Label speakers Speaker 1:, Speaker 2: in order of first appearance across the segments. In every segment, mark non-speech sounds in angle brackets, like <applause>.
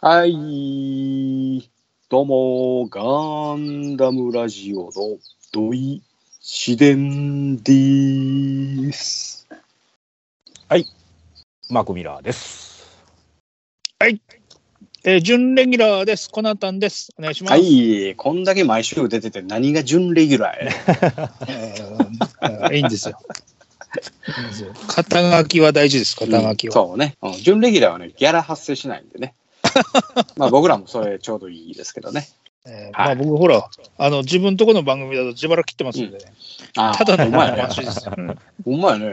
Speaker 1: はい。どうも、ガンダムラジオの土井自伝です。
Speaker 2: マクミラーです。
Speaker 3: えー、準レギュラーです。コナタンです。お願いしま
Speaker 1: は。
Speaker 3: す。
Speaker 1: い。こんだけ毎週出てて何が準レギュラーや。
Speaker 3: いいんですよ。いいんですよ肩書きは大事です。肩書きは。
Speaker 1: そうね。うん準レギュラーはね、ギャラ発生しないんで
Speaker 3: <laughs>
Speaker 1: ね。まあ僕らもそれちょうどいいですけどね。
Speaker 3: えー
Speaker 1: はい
Speaker 3: まあ僕ほらあの自分とこの番組だと自腹切ってますんでね。
Speaker 1: あ
Speaker 3: ただの
Speaker 1: うまいね。
Speaker 3: 話ですよ。
Speaker 1: うまいね。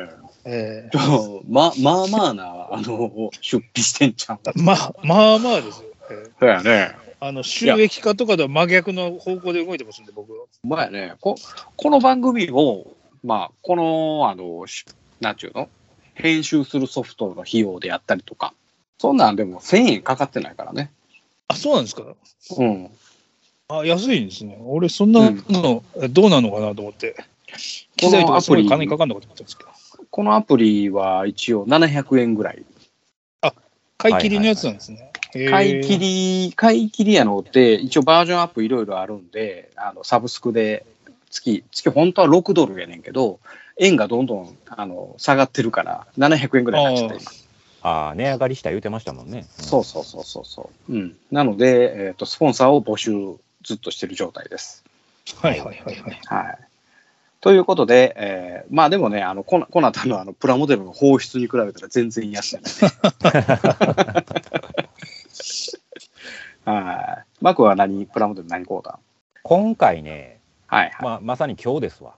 Speaker 3: え
Speaker 1: ちょままあまあな、あの、出費してんちゃう
Speaker 3: ーまあまあまあですよ。え
Speaker 1: そうやね。
Speaker 3: ーあの収益化とかとは真逆の方向で動いてますんで僕は。
Speaker 1: まあね、ここの番組を、まあ、この、あの、しなんちゅうの編集するソフトの費用でやったりとか、そんなんでも1000円かかってないからね。
Speaker 3: あそうなんですか。
Speaker 1: うん。
Speaker 3: あ安いんですね。俺そんなの、えどうなのかなと思って。機材とかすごい金かかんのかと思ったんですけど。
Speaker 1: このアプリは一応700円ぐらい。
Speaker 3: 買い切りのやつなんですね。
Speaker 1: 買い切
Speaker 3: り。
Speaker 1: り、買い切りやのって、一応バージョンアップいろいろあるんで、あの、サブスクで月、月本当は6ドルやねんけど、円がどんどん、あの、下がってるから、700円ぐらいになっちゃった今。
Speaker 2: ああ、値上がりした言うてましたもんね。
Speaker 1: そうそうそうそうそう。うん。なので、えっ、と、スポンサーを募集ずっとしてる状態です。
Speaker 3: はいはいはいはい。
Speaker 1: はい。ということで、えーまあでもね、あの、コナコナタのあの、プラモデルの放出に比べたら全然安い、ね。はい。マークは何、プラモデル何買うたん
Speaker 2: 今回ね、
Speaker 1: はいはい。
Speaker 2: まあ、まさに今日ですわ。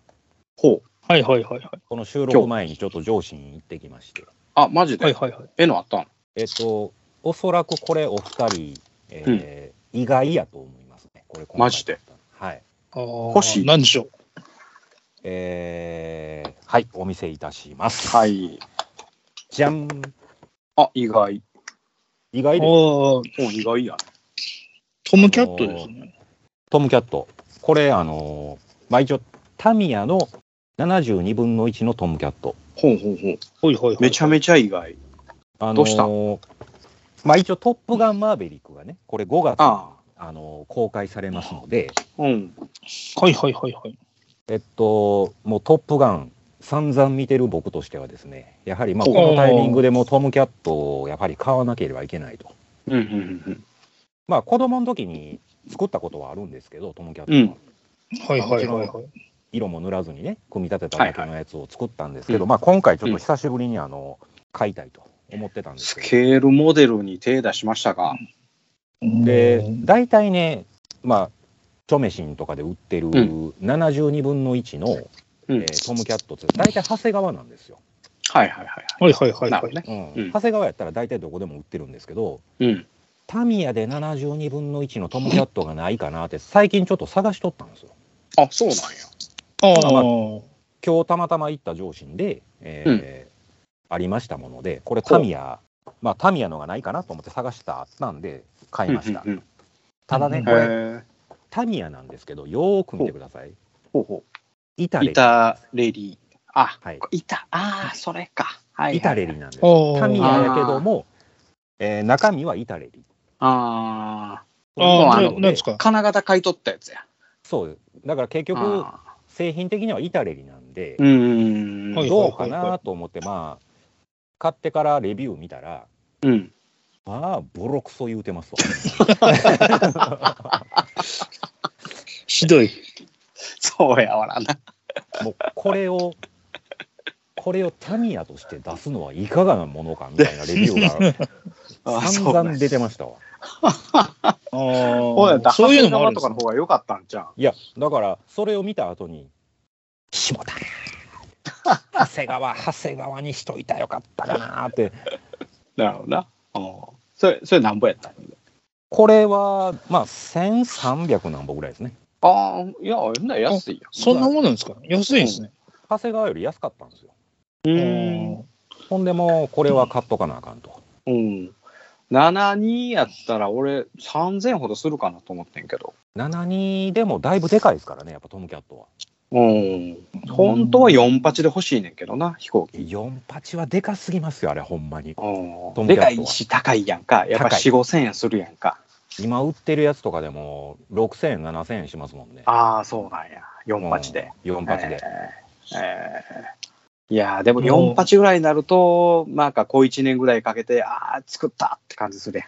Speaker 1: ほう。
Speaker 3: はいはいはいはい。
Speaker 2: この収録前にちょっと上司に行ってきまして。
Speaker 1: あ、マジで、
Speaker 3: はいはいはい。
Speaker 1: 絵のあったん
Speaker 2: えっと、おそらくこれお二人、えー意外やと思いますね。これ今回
Speaker 1: マジで
Speaker 2: はい。
Speaker 3: 欲
Speaker 1: 星
Speaker 3: なんでしょう。
Speaker 2: えー、はい、お見せいたします。
Speaker 1: はい。
Speaker 2: じゃん。
Speaker 1: あ、意外。
Speaker 2: 意外で
Speaker 3: ああ、
Speaker 2: す。
Speaker 1: お意外やね。
Speaker 3: トムキャットですね。
Speaker 2: トムキャット。これ、あのーまあ、一応、タミヤの72分の1のトムキャット。
Speaker 1: ほうほうほう。
Speaker 3: はいはいはい。
Speaker 1: めちゃ
Speaker 3: め
Speaker 1: めちゃ意外。
Speaker 2: あのー
Speaker 1: どうした
Speaker 2: まあ、一応、トップガンマーベリックがね、これ5月に
Speaker 1: あ
Speaker 2: あの公開されますので、
Speaker 1: あ。うん。
Speaker 3: ちゃ。はいはいはいはい。
Speaker 2: えっと、もうトップガン、散々見てる僕としてはですね、やはりまあ
Speaker 1: お
Speaker 2: こ
Speaker 1: ー
Speaker 2: のタイミングでもうトムキャットをやはり買わなければいけないと。
Speaker 1: うんうん
Speaker 2: まあ子供の時に作ったことはあるんですけど、トムキャット
Speaker 1: うん。う
Speaker 2: は、
Speaker 1: ん。
Speaker 3: はいはいはいはい。
Speaker 2: 色も塗らずにね、組み立てただけのやつを作ったんですけど、まあ今回ちょっと久しぶりにあの、買いたいと思ってたんです
Speaker 1: ス
Speaker 2: けど。
Speaker 1: ケールモデルに手出しましたか。
Speaker 2: で
Speaker 3: うん、
Speaker 2: 大体ね、まあ、チョメシンとかで売ってる
Speaker 1: ん
Speaker 2: 72分の1の、
Speaker 1: うん
Speaker 2: えートムキャットって、大体長谷川なんですよ。
Speaker 1: はいはいはい
Speaker 3: はいはいは
Speaker 1: はいい。なるほど
Speaker 3: は
Speaker 1: ね
Speaker 3: い。。
Speaker 2: うん、長谷川やったら大体どこでも売ってるんですけど、
Speaker 1: うん。
Speaker 2: タミヤで72分の1のトムキャットがないかなって、最近ちょっと探しとったんですよ。
Speaker 1: あ、そうなんや。
Speaker 3: ああ、
Speaker 2: まあまあ
Speaker 3: は
Speaker 2: 今日たまたま行った上司で、えーありましたもので、これ、
Speaker 1: ほう
Speaker 2: タミヤ、まあ、タミヤのがないかなと思って探したったんで、買いました。
Speaker 1: うんうんうん
Speaker 2: ただね、
Speaker 3: うん
Speaker 2: これ、
Speaker 1: へえ。
Speaker 2: タミヤなんですけど、よーく見てください。
Speaker 1: ほうほ
Speaker 2: 板
Speaker 1: う。
Speaker 2: レリ、
Speaker 1: 板レリー。あ、
Speaker 2: はい、
Speaker 1: 板。ああ、それか。はい。
Speaker 2: 板レリ。なんです。
Speaker 3: おー
Speaker 2: タミヤやけども、えー中身は板レリ。
Speaker 1: あ
Speaker 3: あ
Speaker 1: ー
Speaker 2: な
Speaker 3: な
Speaker 2: の
Speaker 3: なんです
Speaker 1: あ。
Speaker 3: か。
Speaker 1: 金型買い取ったやつや。
Speaker 2: そう、だから結局、
Speaker 1: あ
Speaker 2: 製品的には板レリなんで、
Speaker 1: ーうん。
Speaker 3: はい
Speaker 2: どうかなと思って、まあ、買ってからレビュー見たら、
Speaker 1: うん。
Speaker 2: まあ、ボロクソ言うてますわ。
Speaker 3: ひどい。
Speaker 1: そうやわらな。
Speaker 3: <laughs>
Speaker 2: もう、これを、これをタミヤとして出すのはいかがなものかみたいなレビュ
Speaker 3: <laughs>
Speaker 2: ー
Speaker 1: あ
Speaker 2: が
Speaker 1: ー
Speaker 2: 散
Speaker 1: そう
Speaker 2: 々
Speaker 1: ね。
Speaker 2: 出てましたわ。
Speaker 3: あ
Speaker 1: そうやっ
Speaker 3: あ、
Speaker 1: た。
Speaker 3: そういうのもあるん
Speaker 1: 長谷川とか
Speaker 3: です
Speaker 1: の
Speaker 3: ね。
Speaker 1: 方が良かったんじゃん。
Speaker 2: いや、だから、それを見た後に、しもたなー。長谷川、長谷川にしといたらよかったかなーって。
Speaker 1: なるほどな。うんそれ、それなんぼやった
Speaker 2: これは、まあ、1300何本ぐらいですね。
Speaker 1: ああ、いや、そんな安いよ。
Speaker 3: そんなもんなんですか。安いんですね。
Speaker 2: 長谷川より安かったんですよ。
Speaker 1: う。
Speaker 3: うん
Speaker 2: ほんでもう、これは買っとかなあかんと。
Speaker 1: うん。72やったら俺3000ほどするかなと思ってんけど。
Speaker 2: 72でもだいぶでかいですからね、やっぱトムキャットは。
Speaker 1: うん。本当は4八で欲しいねんけどな、飛行機。
Speaker 2: 48はでかすぎますよ、あれ、ほんまに。
Speaker 1: う
Speaker 2: ト
Speaker 1: ん。
Speaker 2: ム
Speaker 1: で
Speaker 2: キャ
Speaker 1: か
Speaker 2: ットは
Speaker 1: いし、高いやんか。やっぱ
Speaker 2: 高い
Speaker 1: 4、5千円するやんか。
Speaker 2: 今売ってるやつとかでも、6000円、7000円しますもんね。
Speaker 1: ああ、そうなんや。4八で。
Speaker 2: うん。48で。
Speaker 1: えーえーいやーでも
Speaker 3: も
Speaker 1: 4
Speaker 3: う
Speaker 1: 八ぐらいになると、なんかこう1年ぐらいかけて、ああ、作ったって感じするや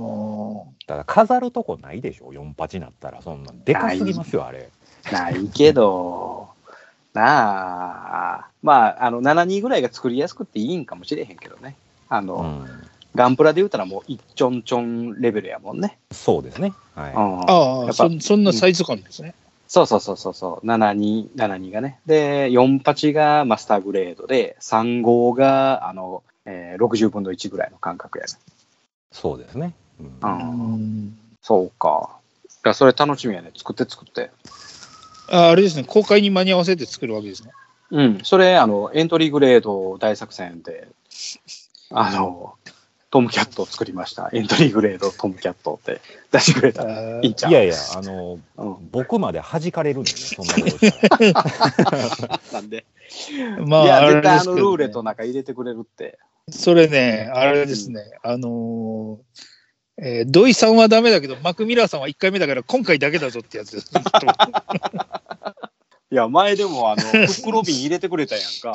Speaker 1: ん。
Speaker 2: ただ、飾るとこないでしょ、48になったら。そんなん、でかすぎますよ、あれ。
Speaker 1: ないけど、なあ、まあ、あの、7人ぐらいが作りやすくていいんかもしれへんけどね。あの、
Speaker 2: うん。
Speaker 1: ガンプラで言うたらもう一ちょんちょんレベルやもんね。
Speaker 2: そうですね。はい。
Speaker 1: うん
Speaker 3: あ
Speaker 1: や
Speaker 3: あ、
Speaker 1: っぱ
Speaker 3: そんそんなサイズ感ですね。
Speaker 1: そうそうそうそうそう、72、72がね。で、48がマスターグレードで、35が、あの、えー60分の1ぐらいの感覚やね。
Speaker 2: そうですね。うん
Speaker 1: う、
Speaker 3: うんん
Speaker 1: そうか。だからそれ楽しみやね。作って作って。
Speaker 3: ああれですね、公開に間に合わせて作るわけですね。
Speaker 1: うん、それ、あの、エントリーグレード大作戦で、あの、トムキャットを作りました。エントリーグレードトムキャットって出してくれたら
Speaker 3: あ
Speaker 1: いいん
Speaker 3: ー
Speaker 1: ちゃう
Speaker 2: いやいや、あの、
Speaker 1: うん、
Speaker 2: 僕まで弾かれるんでね、そんなことしたら。
Speaker 1: なんで。
Speaker 3: ま
Speaker 1: い
Speaker 3: あ、
Speaker 1: や、
Speaker 3: あれ
Speaker 1: 絶対
Speaker 3: で
Speaker 1: あ
Speaker 3: す
Speaker 1: の
Speaker 3: け
Speaker 1: ル
Speaker 3: ど
Speaker 1: ー
Speaker 3: ね
Speaker 1: レットなんか入れてくれるって。
Speaker 3: それね、あれですね、あのーえー土井さんはダメだけど、マクミラーさんは1回目だから、今回だけだぞってやつ
Speaker 1: <laughs>
Speaker 3: です。
Speaker 1: いや、前でも、あの、
Speaker 3: <laughs>
Speaker 1: クックロビン入れてくれたやんか。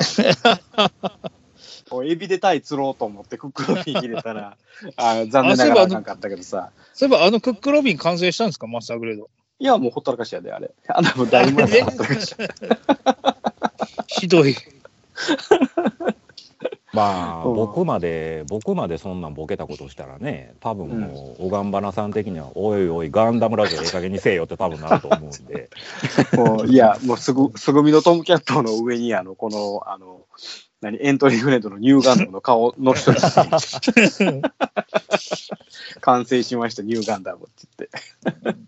Speaker 1: おエビでタイ釣ろうと思ってクックロビン入れたら、あの残念ながらあかんかったけどさ。
Speaker 3: そういえば、あのクックロビン完成したんですか、マスターグレード。
Speaker 1: いや、もうほったらかしやで、あれ。あんなもん誰もやったほったらかし。
Speaker 3: ひどい。
Speaker 2: まあ、
Speaker 1: うん
Speaker 2: 僕まで、僕までそんなんボケたことしたらね、多分もう、おがんばなさん的には、おいおい、ガンダムラジオええ加減にせえよって多分なると思うん
Speaker 1: <laughs>
Speaker 2: で、
Speaker 1: もういや、もう
Speaker 3: <laughs>
Speaker 1: すぐ、すぐみのトムキャットの上に、あの、この、あの、何、エントリーフレンドのニューガンダムの顔の人に、完成しました、ニューガンダムって言って。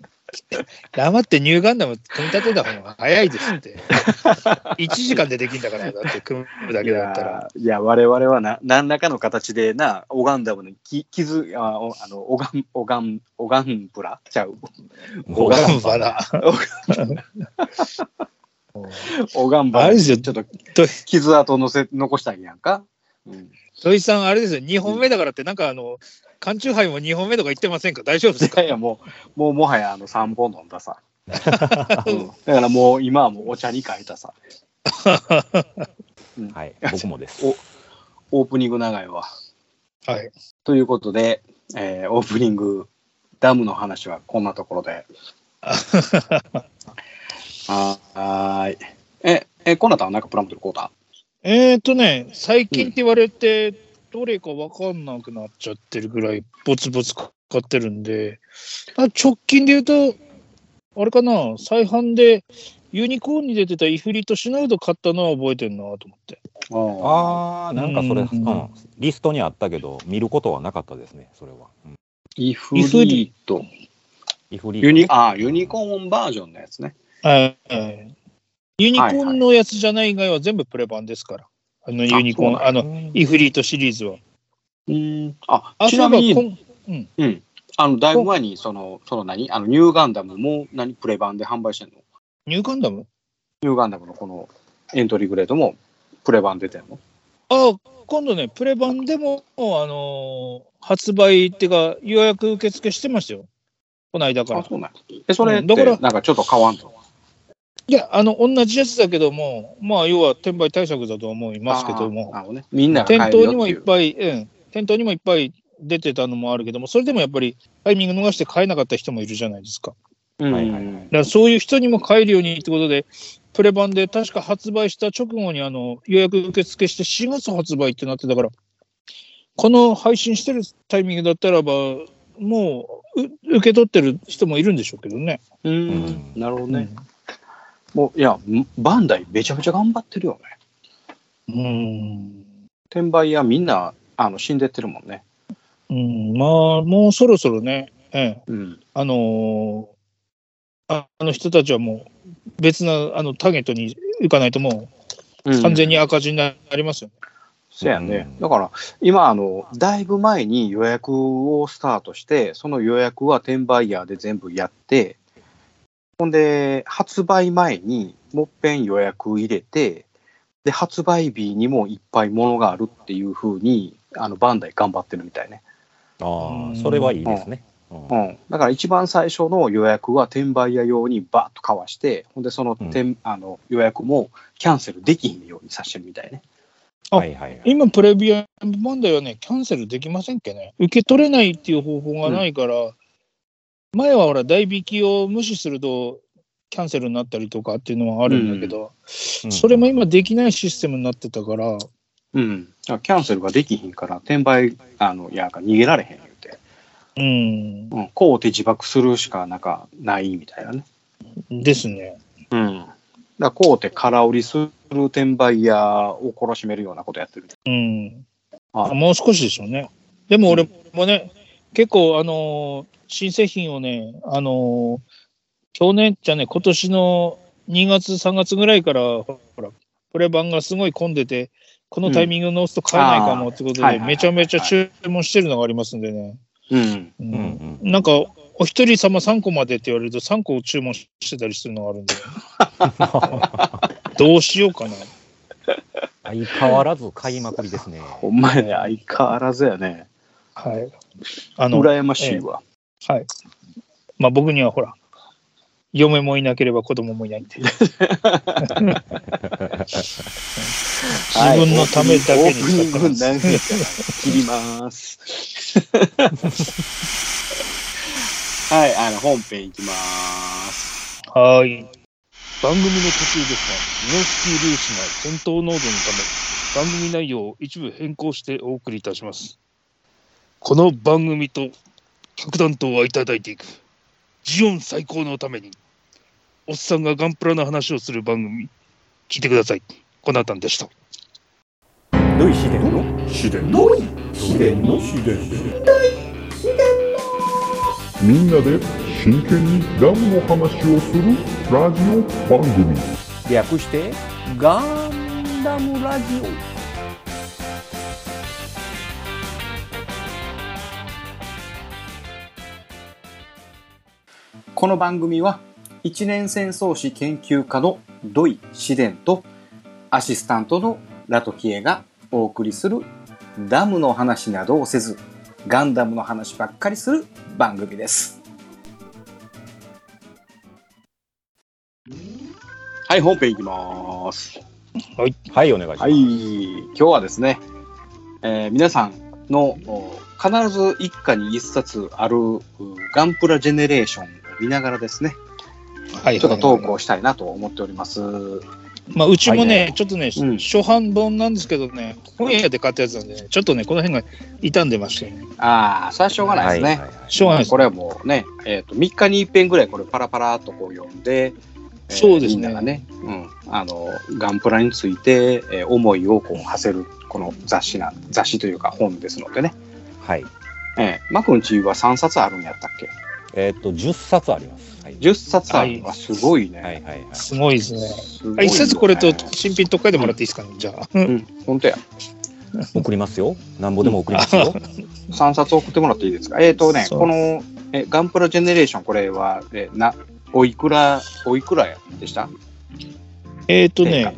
Speaker 3: 黙ってニューガンダム組み立てた方が早いで
Speaker 1: <laughs>
Speaker 3: すって。1時間でできんだから、だって組むだけだったら。
Speaker 1: いや、いや我々はな何らかの形でな、オガンダムにき傷、あおあの、オガン、オガン、オガンプラちゃう。
Speaker 2: も
Speaker 3: お
Speaker 2: う
Speaker 3: がんばな。
Speaker 1: <laughs> オガンバ
Speaker 3: あれですよ
Speaker 1: ちょっと
Speaker 3: と
Speaker 1: 傷跡のせ残したんやんか。うん、
Speaker 3: 土井さん、あれですよ、2本目だからって、なんかあの、缶チューハイも2本目とか言ってませんか大丈夫です
Speaker 1: い
Speaker 3: か
Speaker 1: やいや、もう、もうもはやあの3本飲んださ。うんだからもう今はもうお茶に変えたさ。
Speaker 2: はい、僕もです。
Speaker 1: オープニング長いわ。
Speaker 3: はい。
Speaker 1: ということで、えーオープニングダムの話はこんなところで。はーい。え、え、コナタはなんかプラモデルこうだ
Speaker 3: えーとね、最近って言われて、どれかわかんなくなっちゃってるぐらい、ぼつぼつ買ってるんで、あ直近で言うと、あれかな、再販で、ユニコーンに出てたイフリとシュナウド買ったのは覚えてるなと思って。
Speaker 1: ああ。
Speaker 2: あー、なんかそれ、
Speaker 3: うん
Speaker 2: うんリストにあったけど、見ることはなかったですね、それは。うん
Speaker 1: イフリート。
Speaker 2: イフリート
Speaker 1: ユニ、あーユニコーンバージョンのやつね。
Speaker 3: はいはいユニコーンのやつじゃない以外は全部プレ版ですから、あのユニコーン、
Speaker 1: あ
Speaker 3: あの、イフリートシリーズは。
Speaker 1: うん。あ、
Speaker 3: あ
Speaker 1: ちなみ
Speaker 3: そう
Speaker 1: に、
Speaker 3: いえばこん
Speaker 1: うん。あの、だいぶ前に、その、その何あの、ニューガンダムも何プレ版で販売してんの
Speaker 3: ニューガンダム
Speaker 1: ニューガンダムのこのエントリーグレードもプレ版出てんの
Speaker 3: あ今度ね、プレ版でも、あのー発売っていうか、予約受付してましたよ。この間か
Speaker 1: あ、
Speaker 3: ら。
Speaker 1: そうなんやえ、それっ
Speaker 3: うんだ
Speaker 1: て、
Speaker 3: から
Speaker 1: なんかちょっと変わんの
Speaker 3: いや、あの、同じやつだけども、まあ、要は転売対策だとは思いますけども
Speaker 1: あー、なるほどね、みんなが
Speaker 3: 店
Speaker 1: 買える
Speaker 3: 頭
Speaker 1: よってい
Speaker 3: にもいっ
Speaker 1: う。
Speaker 3: ぱい、うん、店頭にもいっぱい出てたのもあるけども、それでもやっぱりタイミング逃して買えなかった人もいるじゃないですか。
Speaker 1: うん
Speaker 2: はいはい
Speaker 3: だからそういう人にも買えるようにってことで、プレ版で確か発売した直後にあの予約受付して4月発売ってなってたから、この配信してるタイミングだったらば、もうう受け取ってる人もいるんでしょうけどね。
Speaker 1: う
Speaker 2: うん
Speaker 1: んなるほどね。もういや、バンダイめちゃめちゃ頑張ってるよね。
Speaker 3: うん。
Speaker 1: 転売屋みんなあの死んでってるもんね。
Speaker 3: うん、まあ、もうそろそろね、ええ、
Speaker 1: うん。
Speaker 3: あのーああの人たちはもう別なあのターゲットに行かないともう完全
Speaker 1: に。
Speaker 3: に赤字になりますよね。
Speaker 1: そうやね
Speaker 2: う。ん
Speaker 1: だから、今、あの、だいぶ前に予約をスタートして、その予約は転売屋で全部やって、ほんで、発売前に、もっぺん予約入れて、で、発売日にもいっぱいものがあるっていう風に、あの、バンダイ頑張ってるみたいね。
Speaker 2: ああ、それはいいですね。うん
Speaker 1: うん。だから一番最初の予約は転売屋用にバーッとかわして、ほんでその、てん、あの予約もキャンセルできひんようにさせてるみたいね。
Speaker 3: あ
Speaker 2: はいはいはい。
Speaker 3: 今、プレミアム問題はね、キャンセルできませんっけね。受け取れないっていう方法がないから、前はほら、代引きを無視すると、キャンセルになったりとかっていうのはあるんだけど、それも今できないシステムになってたから、
Speaker 1: うん。だからキャンセルができひんから、転売あの屋が逃げられへん言うて、
Speaker 3: うん、
Speaker 1: うん。こうて自爆するしかなんかないみたいなね。
Speaker 3: ですね。
Speaker 1: うん。だからこうて空売りする転売屋を懲らしめるようなことやってるみたい
Speaker 3: うん。
Speaker 1: はい
Speaker 3: あもう少しでしょうね。でも俺もね、結構、あのー新製品をね、あのー去年じゃね、今年の2月、3月ぐらいから、ほら、プレ版がすごい混んでて、このタイミングを直すと買えないかもってこと
Speaker 1: うんあーはい
Speaker 3: で、
Speaker 1: はい
Speaker 3: めちゃめちゃ注文してるのがありますんでね。
Speaker 1: うん。
Speaker 3: う
Speaker 2: うんうんん
Speaker 3: なんか、お一人様3個までって言われると3個注文してたりするのがある
Speaker 1: <laughs>
Speaker 3: んで、どうしようかな。
Speaker 2: 相変わらず買いまくりですね。
Speaker 1: ほんまやね、相変わらずやね。
Speaker 3: はい。あの、
Speaker 1: 羨ましいわ。
Speaker 3: はい。まあ僕にはほら、嫁もいなければ子供もいないんで。自分のためだけに
Speaker 1: オープニン
Speaker 3: 使
Speaker 1: グ
Speaker 3: っ
Speaker 1: オープニン
Speaker 3: て
Speaker 1: グ長
Speaker 3: ま
Speaker 1: い
Speaker 3: す。
Speaker 1: 切ります。 <laughs> はい、あの、本編いきます。
Speaker 3: はい。番組の途中ですが、ミノスキー粒子が戦闘濃度のため、番組内容を一部変更してお送りいたします。この番組と核弾頭はいただいていく、ジオン最高のために、おっさんがガンプラの話をする番組、聞いてください。コナタンでした。
Speaker 2: ルイシデン
Speaker 4: みんなで真剣にガムの話をするラジオ番組
Speaker 2: 略してガンダムラジオ。
Speaker 1: この番組は、一年戦争史研究家の土井紫伝と、アシスタントのラトキエがお送りする、ダムの話などをせず、ガンダムの話ばっかりする番組です。はい、本編いきます。
Speaker 2: はい、お願いします。
Speaker 1: はい、今日はですね、えー皆さんのお必ず一家に一冊あるうガンプラジェネレーションを見ながらですね、
Speaker 3: はい
Speaker 1: ちょっと投稿したいなと思っております。
Speaker 3: まあ、うちもね、
Speaker 2: はい
Speaker 3: ちょっとね、
Speaker 1: うん
Speaker 3: 初版本なんですけどね、本屋で買ったやつなんでね、ちょっとね、この辺が傷んでましてね、
Speaker 1: ああ、それはしょうがないですね。
Speaker 2: はいはいはい
Speaker 3: しょうがないです。
Speaker 1: これはもうね、えーと、3日に一遍ぐらいこれパラパラっとこう読んで、えー
Speaker 3: そうで
Speaker 1: み
Speaker 3: すね
Speaker 1: んながね、うん、あの、ガンプラについて、えー思いをこう馳せる、この雑誌な、雑誌というか本ですのでね。
Speaker 2: はい。
Speaker 1: えー、マクンチは3冊あるんやったっけ
Speaker 2: えーっと、10冊あります。はい。
Speaker 1: 10冊あるのはすごいね。
Speaker 2: はいはいはい。
Speaker 3: すごいですね。
Speaker 1: すごいよ
Speaker 3: あ
Speaker 1: ね
Speaker 3: 一冊これと新品とっかえてもらっていいですかね、じゃあ。
Speaker 1: うん、本当や。
Speaker 2: 送りますよ。なんぼでも送りますよ。
Speaker 1: 3冊送ってもらっていいですか。えっ、とね、
Speaker 3: そう
Speaker 1: このえガンプラジェネレーション、これは、えなおいくら、おいくらでした
Speaker 3: えっ、と
Speaker 1: 定価
Speaker 3: ね、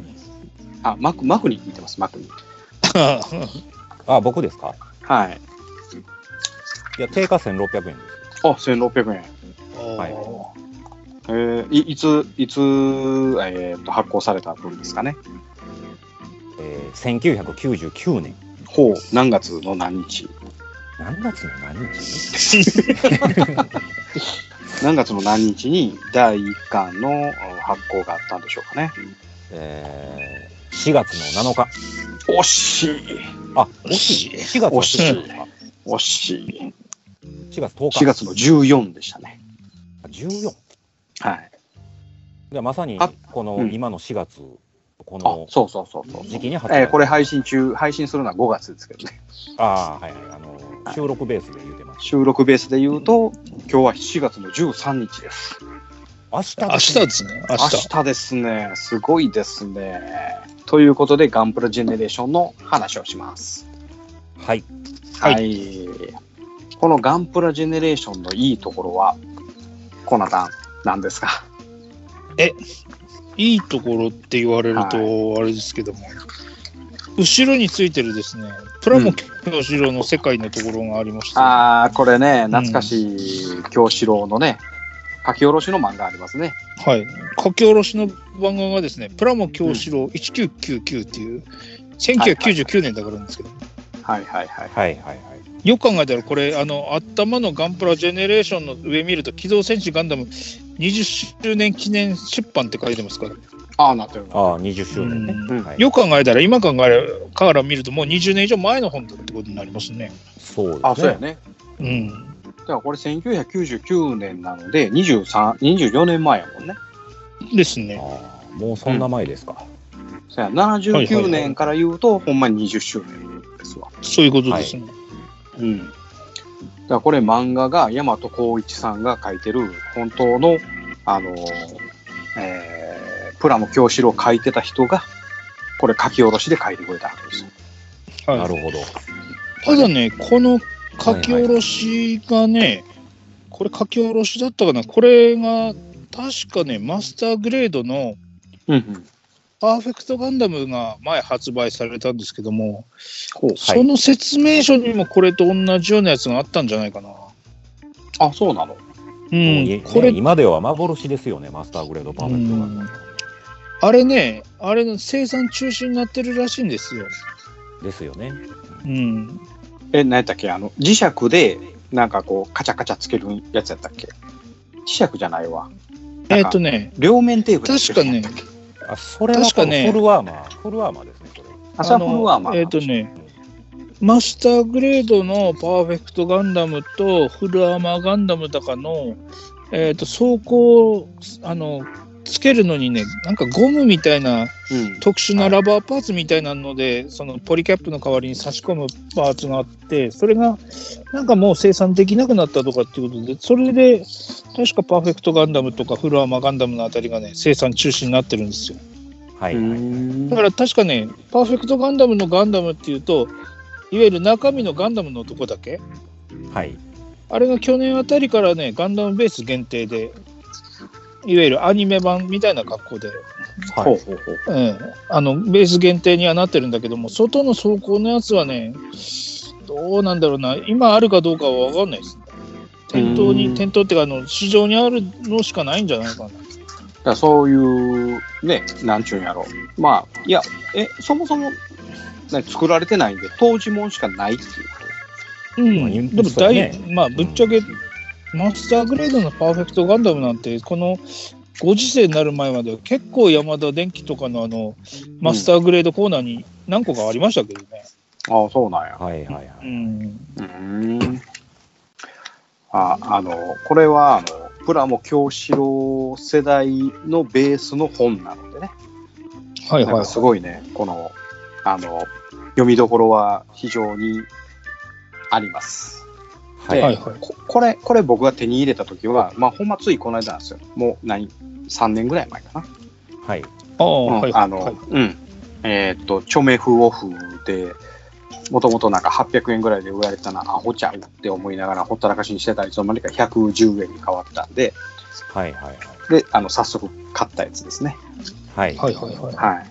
Speaker 1: あマク、マクに聞いてます、マクに。
Speaker 3: <laughs>
Speaker 2: あ、僕ですか
Speaker 1: はい。
Speaker 2: いや、定価1600円です。
Speaker 1: あ、1600円。
Speaker 2: はい
Speaker 3: おー
Speaker 1: えーいいつ、いつ、えーと発行された分ですかね。
Speaker 2: えー、1999年。
Speaker 1: ほう、何月の何日。
Speaker 2: 何月の何日
Speaker 1: 何月の何日に第1巻のお発行があったんでしょうかね。
Speaker 2: えー、4月の7日。
Speaker 1: 惜しい。
Speaker 2: あ、惜しい。4月
Speaker 1: 惜
Speaker 2: の
Speaker 1: しい
Speaker 2: 10日。
Speaker 1: 惜しい。
Speaker 2: 4月10日。
Speaker 1: 4月の14でしたね。
Speaker 2: あ14。
Speaker 1: はい。
Speaker 2: でまさに
Speaker 1: あ
Speaker 2: この
Speaker 1: うん
Speaker 2: 今の4月、こ
Speaker 1: あ、
Speaker 2: の
Speaker 1: そうそうそうそう。
Speaker 2: 時期に発売、
Speaker 1: えーこれ配信中、配信するのは5月ですけどね、
Speaker 2: ああはいはいあの収録ベースで言うてます
Speaker 1: 収録ベースで言うと、今日は4月の13日です。
Speaker 2: 明日
Speaker 3: 明日ですね、
Speaker 1: 明
Speaker 3: 明日。
Speaker 1: 日ですね、すごいですね。ということで、ガンプラジェネレーションの話をします。
Speaker 2: はい
Speaker 1: は。
Speaker 3: はいい
Speaker 1: このガンプラジェネレーションのいいところは、コナタン、何ですか
Speaker 3: えいいところって言われるとあれですけども、後ろについてるですねプラモ教師郎の世界のところがありまして、
Speaker 1: ああ、これね、懐かしい京志郎のね、書き下ろしの漫画ありますね。
Speaker 3: はい、書き下ろしの番号がですねプラモ教師郎1999っていう1999年だからなんですけど、
Speaker 1: はいはいはい。
Speaker 2: はいはいはい。
Speaker 3: よく考えたらこれあの頭のガンプラジェネレーションの上見ると「機動戦士ガンダム20周年記念出版」って書いてますから
Speaker 1: ああ、なってるな。
Speaker 2: ああ、20周年ね。
Speaker 1: うん
Speaker 2: はい、
Speaker 3: よく考えたら今考えるから見るともう20年以上前の本だってことになりますね。
Speaker 2: そうですね。
Speaker 1: あそうやね。
Speaker 3: うん。
Speaker 1: だからこれ1999年なので、23、24年前やもんね。
Speaker 3: ですね。
Speaker 2: ああもうそんな前ですか。
Speaker 1: そうや、79年から言うと、ほんまに20周年ですわ。
Speaker 3: そういうことですね。
Speaker 1: うん。だからこれ漫画が大和光一さんが書いてる本当の、あの、えー、プラモ教師郎を書いてた人が、これ書き下ろしで書いてくれたわけですよ。
Speaker 3: はい
Speaker 2: なるほど。
Speaker 3: ただね、この書き下ろしがね、これ書き下ろしだったかな、これが確かね、マスターグレードの
Speaker 1: うんうん。
Speaker 3: パーフェクトガンダムが前発売されたんですけども、
Speaker 1: ほう。
Speaker 3: その説明書にもこれと同じようなやつがあったんじゃないかな。
Speaker 1: あ、そうなの
Speaker 3: う
Speaker 2: もうい
Speaker 3: ん、これ
Speaker 2: ね今では幻ですよね、マスターグレードパーフェクト
Speaker 3: うん
Speaker 2: が。
Speaker 3: あれね、あれの生産中止になってるらしいんですよ。
Speaker 2: ですよね。
Speaker 3: うん。
Speaker 1: え、何やったっけあの、磁石で、なんかこう、カチャカチャつけるやつやったっけ磁石じゃないわ。
Speaker 3: えっ、とね、
Speaker 1: 両面テープで
Speaker 3: 確かね、
Speaker 2: あ、それは
Speaker 3: 確かね
Speaker 2: フルアーマー。フルアーマーですね、これ。
Speaker 1: アサフルワーマ
Speaker 3: あのえっ、とね、マスターグレードのパーフェクトガンダムとフルアーマーガンダムだかの、えっ、と、装甲を、あの、つけるのにね、なんかゴムみたいな
Speaker 1: うん。
Speaker 3: 特殊なラバーパーツみたいなので、そのポリキャップの代わりに差し込むパーツがあって、それがなんかもう生産できなくなったとかっていうことで、それで確かパーフェクトガンダムとかフルアーマーガンダムのあたりがね、生産中止になってるんですよ。
Speaker 2: はいうはい。
Speaker 1: ん
Speaker 3: だから確かね、パーフェクトガンダムのガンダムっていうと、いわゆる中身のガンダムのとこだけ、
Speaker 2: はい。
Speaker 3: あれが去年あたりからね、ガンダムベース限定で、いわゆるアニメ版みたいな格好で
Speaker 1: ほう
Speaker 2: はい。
Speaker 1: ほうほう。
Speaker 3: ええ、あのベース限定にはなってるんだけども外の走行のやつはねどうなんだろうな今あるかどうかは分かんないです店頭
Speaker 1: うん
Speaker 3: に店頭っていうかあの市場にあるのしかないんじゃないかな
Speaker 1: だからそういう、ね、なんちゅうんやろ。まあ、いや、え、そもそも、ね、作られてないんで、当時もんしかないっていう
Speaker 3: う
Speaker 2: まあ
Speaker 3: んでも大、
Speaker 2: ね
Speaker 3: まあぶっちゃけ、マスターグレードのパーフェクトガンダムなんてこのご時世になる前までは結構山田電機とかのあのマスターグレードコーナーに何個かありましたけどね、
Speaker 1: こと。ああ、そうなんや。
Speaker 2: はいはいはい。
Speaker 3: うん、
Speaker 1: うーん。あ、あの、これは、あの、プラモ京志郎世代のベースの本なのでね。
Speaker 3: はい
Speaker 1: なん
Speaker 3: は
Speaker 1: か
Speaker 3: い
Speaker 1: すごいね、この、あの、読みどころは非常にあります。
Speaker 2: はい。
Speaker 3: はいはい
Speaker 1: ここれ、これ僕が手に入れた時は、まあ、ほんまついこの間なんですよ。もう何、3年ぐらい前かな。
Speaker 2: はい。
Speaker 3: ああ、
Speaker 1: うん
Speaker 3: はい
Speaker 1: あ
Speaker 3: はい
Speaker 1: の、
Speaker 3: はい
Speaker 1: うん。えーっと、著名風オフで、もともとなんか800円ぐらいで売られてたな、アホちゃうって思いながらほったらかしにしてたり、いつの間にか110円に変わったんで、
Speaker 2: はいはい
Speaker 1: で、あの、早速買ったやつですね。
Speaker 2: はい。は。
Speaker 3: はいいはいはい
Speaker 1: はい。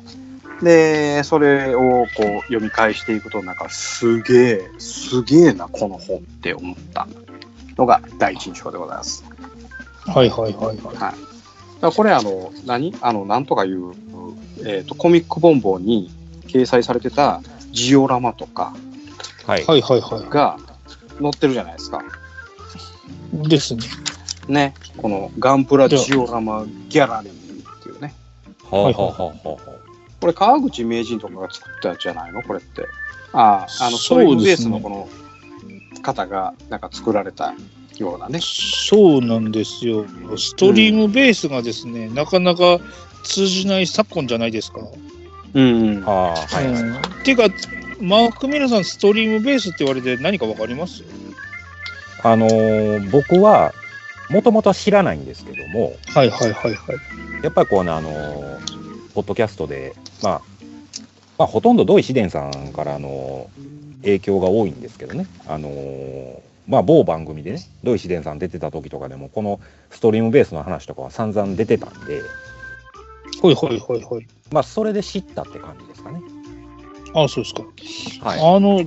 Speaker 1: で、それをこう読み返していくと、なんかすげえ、すげえな、この本って思ったのが第一印象でございます。
Speaker 3: はいはいはいはい
Speaker 1: だからこれあの何あのなんとかいう、えー、とコミックボンボンに掲載されてたジオラマとか
Speaker 2: はい。
Speaker 3: はいはいはい
Speaker 1: が載ってるじゃないですか。
Speaker 3: ですね。
Speaker 1: ね。このガンプラジオラマギャラリーっていうね。
Speaker 2: ほうほうほうほうほう。
Speaker 1: これ川口名人とかが作ったやつじゃないのこれって。ああ、あの、
Speaker 3: そ
Speaker 1: そうう
Speaker 3: ですね
Speaker 1: いうベースのこの方がなんか作られたようなね。
Speaker 3: そうなんですよ。ストリームベースがですね、なかなか通じない昨今じゃないですか。
Speaker 1: うん。
Speaker 2: ああ、はいはい。
Speaker 3: うんっていうか、マーク・ミラさん、ストリームベースって言われて何かわかります
Speaker 2: あのー僕は、もともとは知らないんですけども、
Speaker 3: はいはいはいはい。
Speaker 2: やっぱりこうね、あのーポッドキャストで、まあ、まあ、ほとんど土井紫伝さんからの影響が多いんですけどね、あのーまあ、某番組でね、土井紫伝さん出てた時とかでも、このストリームベースの話とかは散々出てたんで、
Speaker 3: ほいほいほいほい。
Speaker 2: まあ、それで知ったって感じですかね。
Speaker 3: あ、そうですか。
Speaker 2: はい。
Speaker 3: あの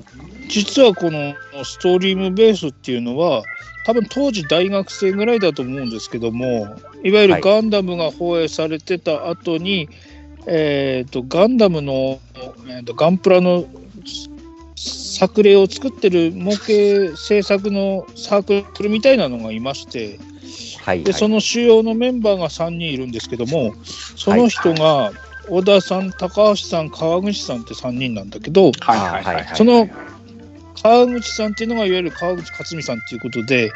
Speaker 3: 実はこのストリームベースっていうのは多分当時大学生ぐらいだと思うんですけどもいわゆ
Speaker 2: は
Speaker 3: る
Speaker 2: い
Speaker 3: ガンダムが放映されてた後に、えー、とガンダムの、えー、とガンプラの作例を作ってる模型制作のサークルみたいなのがいまして、
Speaker 2: はい。
Speaker 3: でその主要のメンバーが3人いるんですけどもその人が小田さん高橋さん川口さんって3人なんだけど
Speaker 1: はいはいはい。
Speaker 3: その川口さんっていうのがいわゆる川口克美さんっていうことで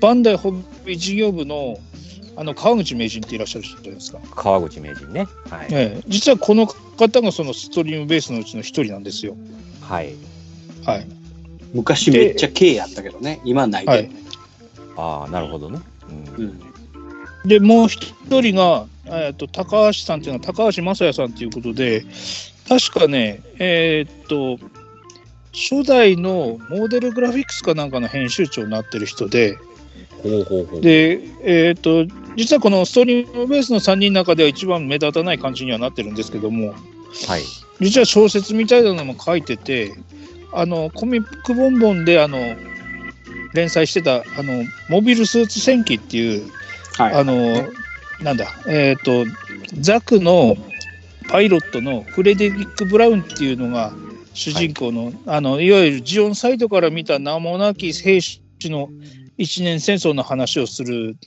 Speaker 3: バンダイホビー事業部のあの川口名人っていらっしゃる人じゃないですか、
Speaker 2: 川口名人ね。はい。
Speaker 3: ええ実はこの方がそのストリームベースのうちの一人なんですよ
Speaker 2: はい。
Speaker 3: はい
Speaker 1: 昔めっちゃ K やったけどね、今ないけどね。
Speaker 2: ああ、なるほどね。う。
Speaker 1: うんん
Speaker 3: でもう一人が、えー、と高橋さんっていうのは高橋正也さんっていうことで確かねえーっと初代のモデルグラフィックスかなんかの編集長になってる人で
Speaker 2: ほうほうほう。
Speaker 3: でえーっと実はこのストリームベースの3人の中では一番目立たない感じにはなってるんですけども
Speaker 2: はい。
Speaker 3: 実は小説みたいなのも書いててあのコミックボンボンであの連載してたあの「モビルスーツ戦記」っていう
Speaker 1: はい。
Speaker 3: あの、なんだ、えっ、と、ザクのパイロットのフレデリック・ブラウンっていうのが主人公の、あの、いわゆるジオンサイドから見た名もなき兵士の一年戦争の話をする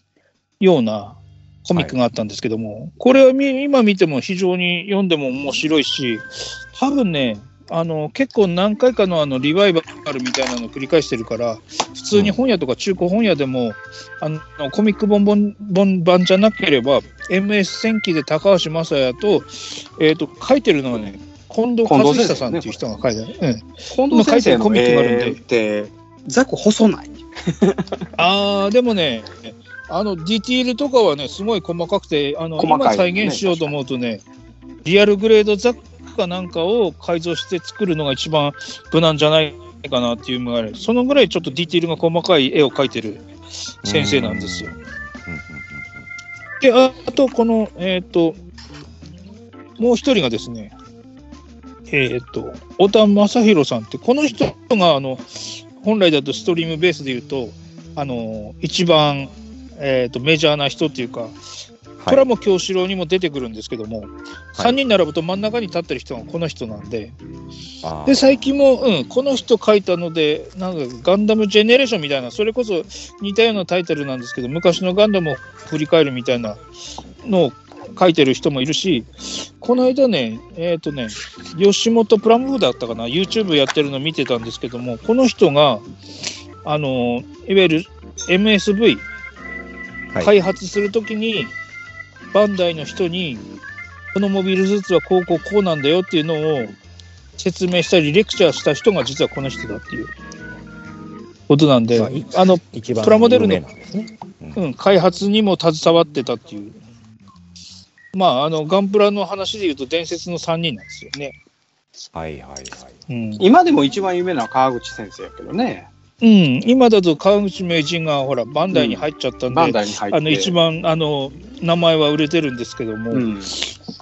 Speaker 3: ようなコミックがあったんですけども、これはみ今見ても非常に読んでも面白いし、多分ね、あの結構何回かのあのリバイバルみたいなのを繰り返してるから普通に本屋とか中古本屋でも、あのコミック本本本版じゃなければ MS 戦記で高橋正也と,、えー、と書いてるのはね近藤和久さんっていう人が書いてある、うん、
Speaker 1: 近藤先生の絵
Speaker 3: 書いてるコミックがあるんで
Speaker 1: って、ザク細ない。
Speaker 3: あーでもねあのディティールとかはねすごい細かくてあの、
Speaker 1: 細か
Speaker 3: 今
Speaker 1: いよね
Speaker 3: 再現しようと思うとねリアルグレードザックかなんかを改造して作るのが一番無難じゃないかなっていうのがあるそのぐらいちょっとディティールが細かい絵を描いてる先生なんですよ。
Speaker 2: うんうん
Speaker 3: で、ああと、この、えっ、と、もう一人がですね、えっ、と、小田正宏さんって、この人が、あの、本来だとストリームベースで言うと、あの、一番、えっ、と、メジャーな人っていうか、
Speaker 2: うんうん。
Speaker 3: これはもう京志郎にも出てくるんですけども、3人並ぶと真ん中に立ってる人がこの人なんで、
Speaker 2: あー
Speaker 3: で最近も、うん、この人書いたのでなんかガンダムジェネレーションみたいなそれこそ似たようなタイトルなんですけど昔のガンダムを振り返るみたいなのを書いてる人もいるしこの間ねえっ、とね吉本プラム部だったかな YouTube やってるの見てたんですけどもこの人があのいわゆる MSV
Speaker 2: はい
Speaker 3: 開発するときに、バンダイの人にこのモビルスーツはこうこうこうなんだよっていうのを説明したりレクチャーした人が実はこの人だっていうことなんで、
Speaker 2: まあい
Speaker 3: あの、
Speaker 2: 一番
Speaker 3: プラモデルの
Speaker 2: 有名なんですね。
Speaker 3: うん、開発にも携わってたっていうまああのガンプラの話でいうと伝説の3人なんですよね。
Speaker 2: はいはいはい。
Speaker 3: うん
Speaker 1: 今でも一番有名なのは川口先生やけどね、
Speaker 3: うん、今だと川口名人がほらバンダイに入っちゃったんで、
Speaker 1: バンダイに入って。
Speaker 3: あの一番あの名前は売れてるんですけども、
Speaker 1: うん、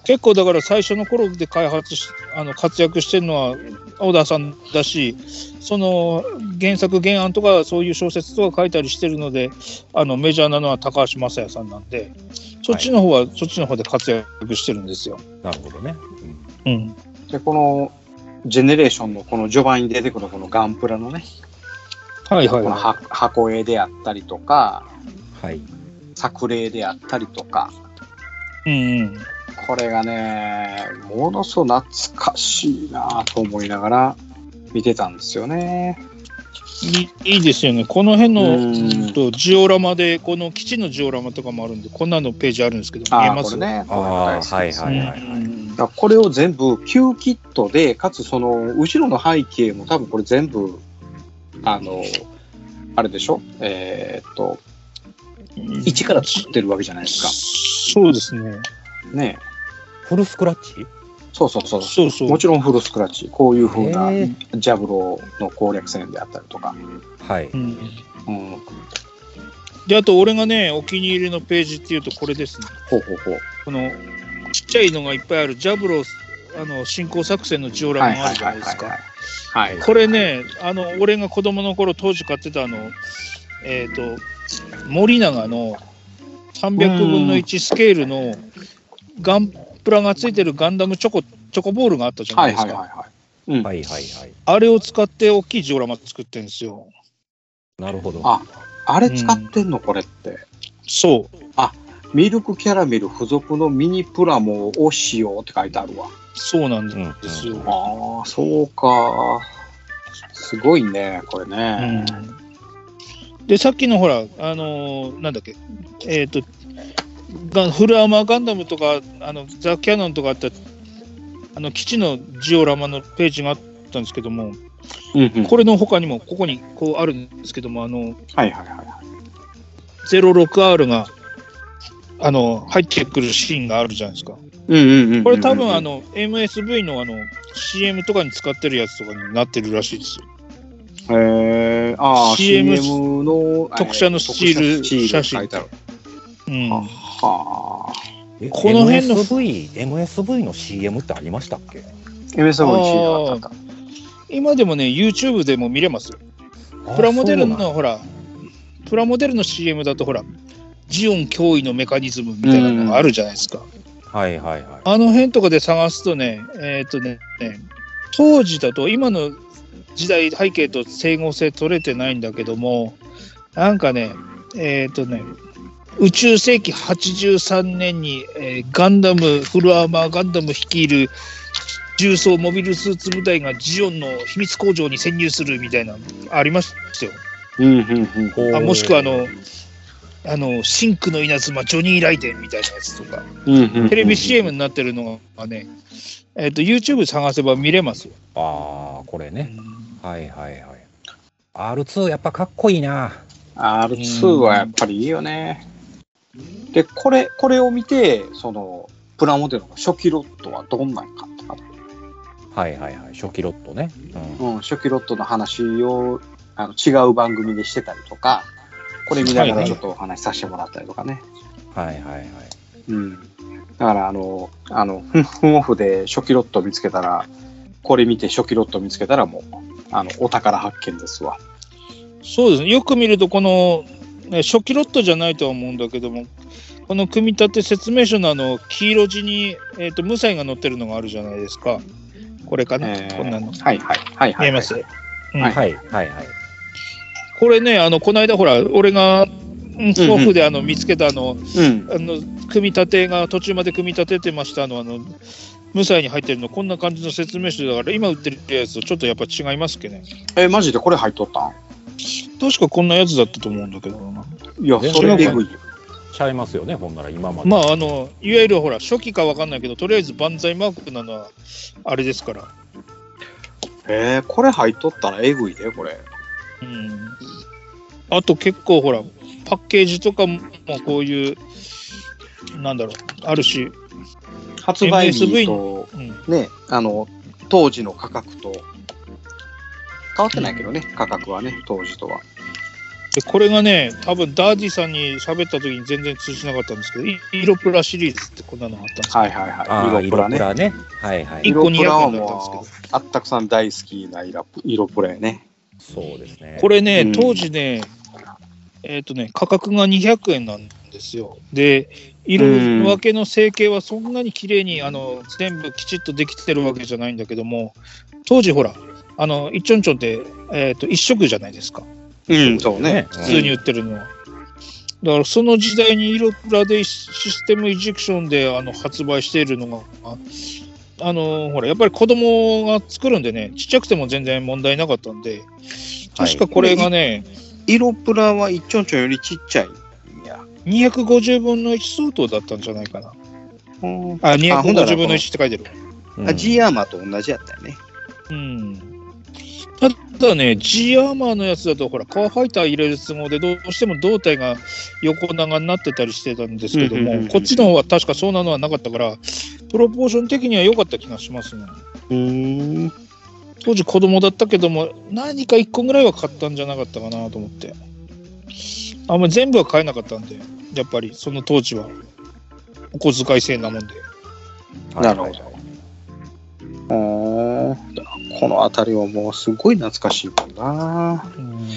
Speaker 3: 結構だから最初の頃で開発しあの活躍してるのは小田さんだしその原作原案とかそういう小説とか書いたりしてるのであのメジャーなのは高橋正也さんなんでそっちの方は、そっちの方で活躍してるんですよ。
Speaker 2: なるほどね。
Speaker 3: うん、
Speaker 1: でこのジェネレーションのこの序盤に出てくるこのガンプラのね、
Speaker 3: はいはい
Speaker 1: この
Speaker 3: は
Speaker 1: 箱箱絵であったりとか
Speaker 2: はい。
Speaker 1: 作例であったりとか
Speaker 3: い。うんうん
Speaker 1: これがねものすごく懐かしいなと思いながら見てたんですよね。
Speaker 3: いいいいですよね、この辺の
Speaker 1: うん
Speaker 3: うんとジオラマで、この基地のジオラマとかもあるんで、こんなのページあるんですけど、見え
Speaker 1: ああ
Speaker 3: ま
Speaker 1: これ
Speaker 3: す
Speaker 1: ね
Speaker 2: ああ
Speaker 1: これ大好きです
Speaker 2: はいはい
Speaker 1: ね
Speaker 2: はい
Speaker 3: うん
Speaker 1: だからこれを全部旧キットでかつその後ろの背景も多分これ全部あのあれでしょえーっと一から作ってるわけじゃないですか。
Speaker 3: そうですね、
Speaker 1: ね
Speaker 2: フルスクラッチ
Speaker 1: そうそうそう
Speaker 3: そうそう
Speaker 1: も。ちろんフルスクラッチ、こういう風な
Speaker 2: へー
Speaker 1: ジャブローの攻略戦であったりとか、
Speaker 2: はい。
Speaker 3: うん
Speaker 1: うん、
Speaker 3: であと俺がねお気に入りのページっていうとこれですね
Speaker 1: ほうほうほう。
Speaker 3: このちゃいのがいっぱいあるジャブロあの進行作戦のジオラマがあるじゃないですか。
Speaker 1: はい。はい
Speaker 3: これね、あの俺が子供の頃当時買ってたあの、えっ、と、森永の300分の1スケールのガンプラがついてるガンダムチョコ、チョコボールがあったじゃな
Speaker 1: はいい
Speaker 3: です
Speaker 1: はい
Speaker 3: か。
Speaker 1: はい。うん。
Speaker 2: はいはいはい。
Speaker 3: あれを使って大きいジオラマ作ってるんですよ。
Speaker 2: なるほど。
Speaker 1: ああれ使ってんのこれって。
Speaker 3: そう、
Speaker 1: ミルクキャラメル付属のミニプラモを使用って書いてあるわ。
Speaker 3: そうなん
Speaker 2: うんうん
Speaker 3: ですよ。うん
Speaker 1: ああ、そうか。すごいね、これね。
Speaker 3: で、さっきのほら、あのーなんだっけ、えっ、と、ガンフルアーマーガンダムとか、あのザ・キャノンとかあった、あの基地のジオラマのページがあったんですけども、
Speaker 1: うんうん
Speaker 3: これの他にも、ここにこうあるんですけども、あの、
Speaker 1: はいはいはい。
Speaker 3: 06R が、あの、入ってくるシーンがあるじゃないですか。
Speaker 1: うんうんうんうんうん
Speaker 3: これ多分、あ、の、MSV のあの、CM とかに使ってるやつとかになってるらしいですよ。
Speaker 1: えー、あー
Speaker 3: CM
Speaker 1: CM の
Speaker 3: 特写のスチール写真
Speaker 1: いてある。
Speaker 3: うん。
Speaker 1: はは
Speaker 2: え
Speaker 3: この辺の
Speaker 2: MSV、MSV の CM ってありましたっけ
Speaker 1: MSO の CM があったんだ。
Speaker 3: 今でもね、YouTube でも見れますよ。
Speaker 2: あ
Speaker 3: プラモデル
Speaker 2: そうなん
Speaker 3: のほら、プラモデルの CM だとほら、ジオン脅威のメカニズムみたいなのがあるじゃないですか。
Speaker 2: はいはいはい。
Speaker 3: あの辺とかで探すとね、えっ、とね、ね当時だと今の時代背景と整合性取れてないんだけども、なんかね、えっ、とね、宇宙世紀83年に、えーガンダム、フルアーマーガンダム率いる重装モビルスーツ部隊がジオンの秘密工場に潜入するみたいなのありましたよ。
Speaker 1: うんうんうん。
Speaker 2: こう
Speaker 3: あもしくはあの、あのシンクの稲妻、ジョニー・ライデンみたいなやつとか、
Speaker 1: うんうんうん
Speaker 3: テレビ CM になってるのがね、えっと YouTube 探せば見れますよ。
Speaker 2: ああ、これね。はいはいはい。R2 やっぱかっこいいな。
Speaker 1: R2 はやっぱりいいよね。で、これ、これを見て、その、プラモデルの初期ロットはどんなんかとか、
Speaker 2: はいはいはい。初期ロットね。うん
Speaker 1: うん、初期ロットの話をあの違う番組でしてたりとか、これ見なが
Speaker 3: はいは
Speaker 1: ら
Speaker 3: い
Speaker 1: ちょっとお話しさせてもらったりとかね。
Speaker 2: はいはいはい。
Speaker 1: うん。だから、あの、あの、フンフンオフで初期ロット見つけたら、これ見て初期ロット見つけたらもう、あの、お宝発見ですわ。
Speaker 3: そうですね、よく見ると、この、ね、初期ロットじゃないとは思うんだけども、この組み立て説明書のあの黄色地に、えっと無彩が載ってるのがあるじゃないですか。これかな、
Speaker 1: えー
Speaker 3: こんなの。
Speaker 1: はいはい。はいはい。
Speaker 3: 見えます、うん
Speaker 1: はい
Speaker 2: はいはいはい。
Speaker 3: これね、あのこの間、ほら、俺が、うん、夫婦であの見つけたあ
Speaker 1: う
Speaker 3: の、
Speaker 1: ん。
Speaker 3: あの組み立てが途中まで組み立ててましたのあの無彩に入ってるのこんな感じの説明書だから今売ってるやつとちょっとやっぱ違いますけどね
Speaker 1: え、マジでこれ入っとったん
Speaker 3: 確かこんなやつだったと思うんだけどない
Speaker 1: や、
Speaker 2: 全然
Speaker 1: それえぐいよ。
Speaker 2: ちゃいますよね、ほんなら今まで。
Speaker 3: まああのいわゆるほら初期かわかんないけどとりあえず万歳マークなのはあれですから、
Speaker 1: えー、これ入っとったらえぐいで、これ。
Speaker 3: うん、あと結構ほらパッケージとかもこういうなんだろうあるし、
Speaker 1: 発売日
Speaker 3: MSV
Speaker 1: と、
Speaker 3: うん、
Speaker 1: ね、あの、当時の価格と、変わってないけどね、価格はね、当時とは。
Speaker 3: でこれがね多分ダーディさんに喋った時に全然通じなかったんですけどい色プラシリーズってこんなのがあったんです
Speaker 1: はいはい
Speaker 2: あ
Speaker 1: は
Speaker 2: ー
Speaker 1: い。
Speaker 2: 色
Speaker 1: 色プラね。
Speaker 2: ね。はいはい。
Speaker 3: 一個
Speaker 1: 色プラは
Speaker 3: 200円だったんですけ
Speaker 1: も
Speaker 3: ど
Speaker 1: う、あったくさん大好きな色色プラやね。
Speaker 2: そうですね。
Speaker 3: これね、
Speaker 1: うん
Speaker 3: 当時ね、えっ、とね、価格が200円なんですよ。で、色分けの成形はそんなに綺麗にあの全部きちっとできてるわけじゃないんだけども、当時ほら、あの一ちょんちょんって、えー、と一色じゃないですか、
Speaker 1: うん、そう
Speaker 2: ね
Speaker 1: ね。
Speaker 2: 普
Speaker 3: 普通に売ってるのは。だからその時代に色プラでシステムイジェクションであの発売しているのが、あのほらやっぱり子供が作るんでね、ちっちゃくても全然問題なかったんで、
Speaker 2: はい
Speaker 3: 確かこれがね、
Speaker 1: 色プラは一丁丁よりちっちゃい。いや。
Speaker 3: 250分の1相当だったんじゃないかな。
Speaker 1: うんあ
Speaker 3: あ、
Speaker 1: ほんなら
Speaker 3: 250
Speaker 1: こ
Speaker 3: 分
Speaker 1: の
Speaker 3: の1って書いてる。
Speaker 2: うん
Speaker 1: あ G アーマーと同じやったよね。
Speaker 3: うん。ただね、G アーマーのやつだと、ほら、カーファイター入れる都合で、どうしても胴体が横長になってたりしてたんですけど
Speaker 1: うんうんうんう
Speaker 3: も、
Speaker 1: ん
Speaker 3: こっちの方は確かそうなのはなかったから、プロポーション的には良かった気がしますね。
Speaker 1: うん。
Speaker 3: 当時子供だったけども、何か1個ぐらいは買ったんじゃなかったかなと思って。あんまり全部は買えなかったんで、やっぱりその当時は、お小遣い制なもんで。
Speaker 1: なるほどうーんこの辺りはもうすごい懐かしいもんな。
Speaker 3: うん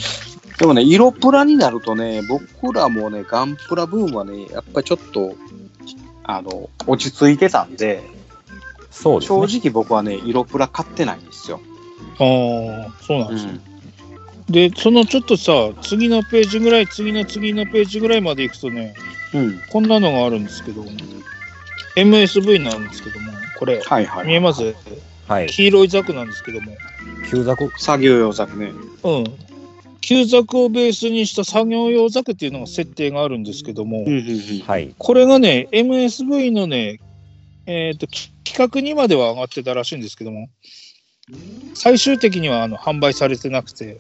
Speaker 1: でもね、色プラになるとね、僕らもね、ガンプラブームはね、やっぱりちょっと、あの、落ち着いてたんで、
Speaker 2: そうです
Speaker 1: 正
Speaker 2: ね。
Speaker 1: 直僕はね、色プラ買ってないんですよ。
Speaker 3: ああ、そうなん
Speaker 1: う
Speaker 3: ですね。
Speaker 1: ん。
Speaker 3: で、そのちょっとさ、次のページぐらい、次の次のページぐらいまで行くとね、
Speaker 1: うん。
Speaker 3: こんなのがあるんですけど、MSV なんですけども、これ、
Speaker 1: はいはい。
Speaker 3: 見えます
Speaker 2: はい。
Speaker 3: 黄色いザクなんですけども、
Speaker 2: 旧ザク。
Speaker 1: 作業用作ね。
Speaker 3: うん。旧ザクをベースにした作業用ザクっていうのが設定があるんですけども、
Speaker 1: うんうんうん。
Speaker 2: はい。
Speaker 3: これがね、MSV のね、えっ、と、き企画にまでは上がってたらしいんですけども、最終的にはあの販売されてなくて、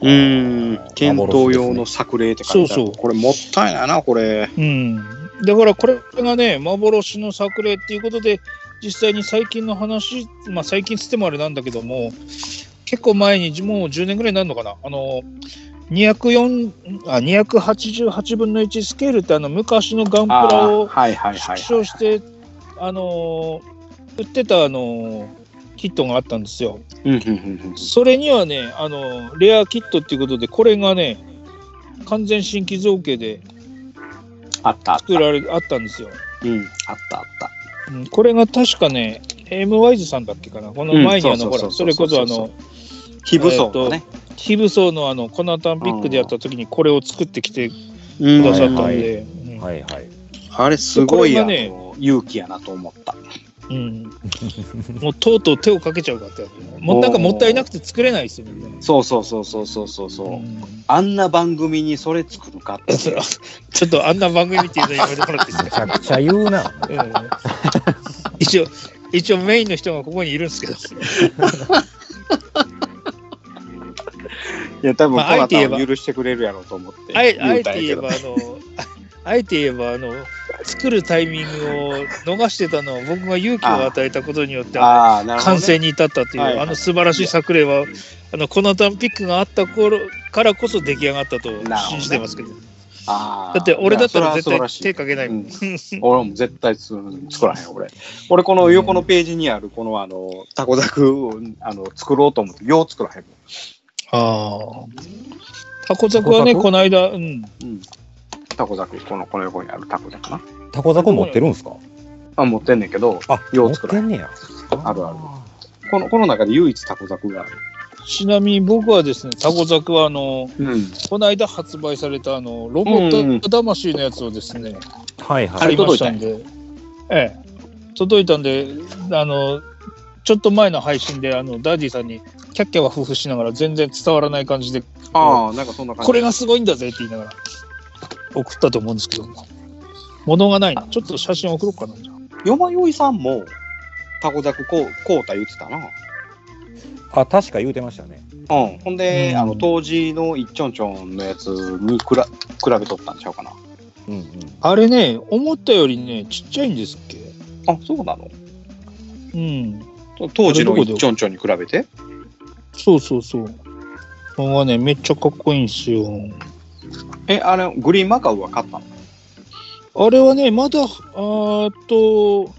Speaker 1: うーん。検討用の作例って書いてある。
Speaker 3: そうそう
Speaker 1: これもったいないな、これ。
Speaker 3: うん。だからこれがね、幻の作例っていうことで、実際に最近の話、まあ最近つってもあれなんだけども、結構前に、もう10年ぐらいになるのかな、あの、204あ288分の1スケールってあの昔のガンプ
Speaker 1: あ
Speaker 3: ラ
Speaker 1: あ、
Speaker 3: を
Speaker 1: はいはいはい、は
Speaker 3: 縮
Speaker 1: い。
Speaker 3: 小して、あのー売ってた、あのーキットがあったんですよ。
Speaker 1: うんうんうん
Speaker 3: それにはね、あのーレアキットっていうことで、これがね、完全新規造形で
Speaker 1: あったあった。
Speaker 3: 作られあったんですよ。
Speaker 1: うん、あったあった。
Speaker 3: うんこれが確かね、M ワイズさんだっけかな、この前にあの、
Speaker 1: うん
Speaker 3: ほ
Speaker 1: そう
Speaker 3: ら、
Speaker 1: そ
Speaker 3: そうれ
Speaker 1: そう
Speaker 3: こ
Speaker 1: そ
Speaker 3: そうあ
Speaker 1: そう
Speaker 3: の、
Speaker 1: 非武装のね。
Speaker 3: 非武装のあの、コナタンビッグでやった時にこれを作ってきてく
Speaker 1: うん
Speaker 3: ださったん
Speaker 2: はいはい
Speaker 3: で、うん
Speaker 2: はいはい。
Speaker 1: あれすごい、
Speaker 3: で
Speaker 1: あ
Speaker 3: これがね
Speaker 1: の勇気やなと思った。
Speaker 3: うんもうとうとう手をかけちゃうかって、もうなんかもったいなくて作れないですよね。
Speaker 1: そうそうそうそうそうそうそう、
Speaker 3: うん
Speaker 1: あんな番組にそれ作るかって。
Speaker 3: <laughs> ちょちょっとあんな番組っていうのやめてもらっていい
Speaker 2: め
Speaker 3: です
Speaker 2: ちゃ
Speaker 3: か
Speaker 2: くちゃ言うな。
Speaker 3: うん一応、一応メインの人がここにいるんですけど、
Speaker 1: いや多分
Speaker 3: まあ
Speaker 1: この
Speaker 3: あえて
Speaker 1: 後
Speaker 3: 言え
Speaker 1: は
Speaker 3: ば
Speaker 1: 許してくれるやろうと思って。
Speaker 3: あえあ
Speaker 1: 言
Speaker 3: え
Speaker 1: うたんや
Speaker 3: て言え
Speaker 1: けど
Speaker 3: ば、あの、ああえて言えば、あの、 <laughs> 作るタイミングを逃してたのは、僕が勇気を与えたことによって、あの
Speaker 1: ああなるほど、
Speaker 3: 完
Speaker 1: ね。
Speaker 3: 成に至ったっていう、
Speaker 1: はいはい
Speaker 3: あの素晴らしい作例は、あの、コナタンピックがあった頃からこそ出来上がったと
Speaker 1: ほどね
Speaker 3: 信じてますけど、
Speaker 1: ああ
Speaker 3: だって俺だったら絶
Speaker 1: いや
Speaker 3: 対
Speaker 1: そ
Speaker 3: 手
Speaker 1: れは素晴
Speaker 3: かけないもん。
Speaker 1: らしいうん俺も絶対つ作らへん俺。俺この横のページにあるこのあのタコザクをあの作ろうと思ってよう作らへんもん。
Speaker 3: ああ。タコザクはね、
Speaker 2: タコザク
Speaker 3: この間、うん。
Speaker 1: うん。タコザクこのこの横にあるタコザクな。
Speaker 2: タコザク持ってるんですか
Speaker 1: あ持ってんねんけど
Speaker 2: あ、
Speaker 1: よ
Speaker 2: 持
Speaker 1: う
Speaker 2: っ
Speaker 1: 作ら
Speaker 2: て
Speaker 1: へん。
Speaker 2: んねや。
Speaker 1: あるある。このこの中で唯一タコザクがある。
Speaker 3: ちなみに僕はですね、タコザクはあの、
Speaker 1: うん。
Speaker 3: この間発売されたあの、ロボット魂のやつをですね、
Speaker 2: はいは
Speaker 3: 買
Speaker 2: い。
Speaker 3: いましたんで、ええ、届いたんで、あの、ちょっと前の配信で、あの、ダディさんに、キャッキャは夫婦しながら全然伝わらない感じで、
Speaker 1: ああ、なんかそんな感じ。
Speaker 3: これがすごいんだぜって言いながら、送ったと思うんですけども。物がないな。ちょっと写真送ろうかな。じゃあ
Speaker 1: 山よいさんも、タコザクこう、こうた言ってたな。
Speaker 2: あ、確か言うてましたね。
Speaker 1: うん。ほんで、
Speaker 3: うん
Speaker 1: あの、当時のいっちょんちょんのやつにくら比べとったんちゃうかな。
Speaker 2: うんうん。
Speaker 3: あれね、思ったよりね、ちっちゃいんですっけ
Speaker 1: あ、そうなの
Speaker 3: うん。
Speaker 1: と当時のいっちょんちょんに比べて
Speaker 3: そうそうそう。これがね、めっちゃかっこいいんですよ。
Speaker 1: え、あれ、グリーンマカウは買ったの
Speaker 3: あれはね、まだ、あーっと、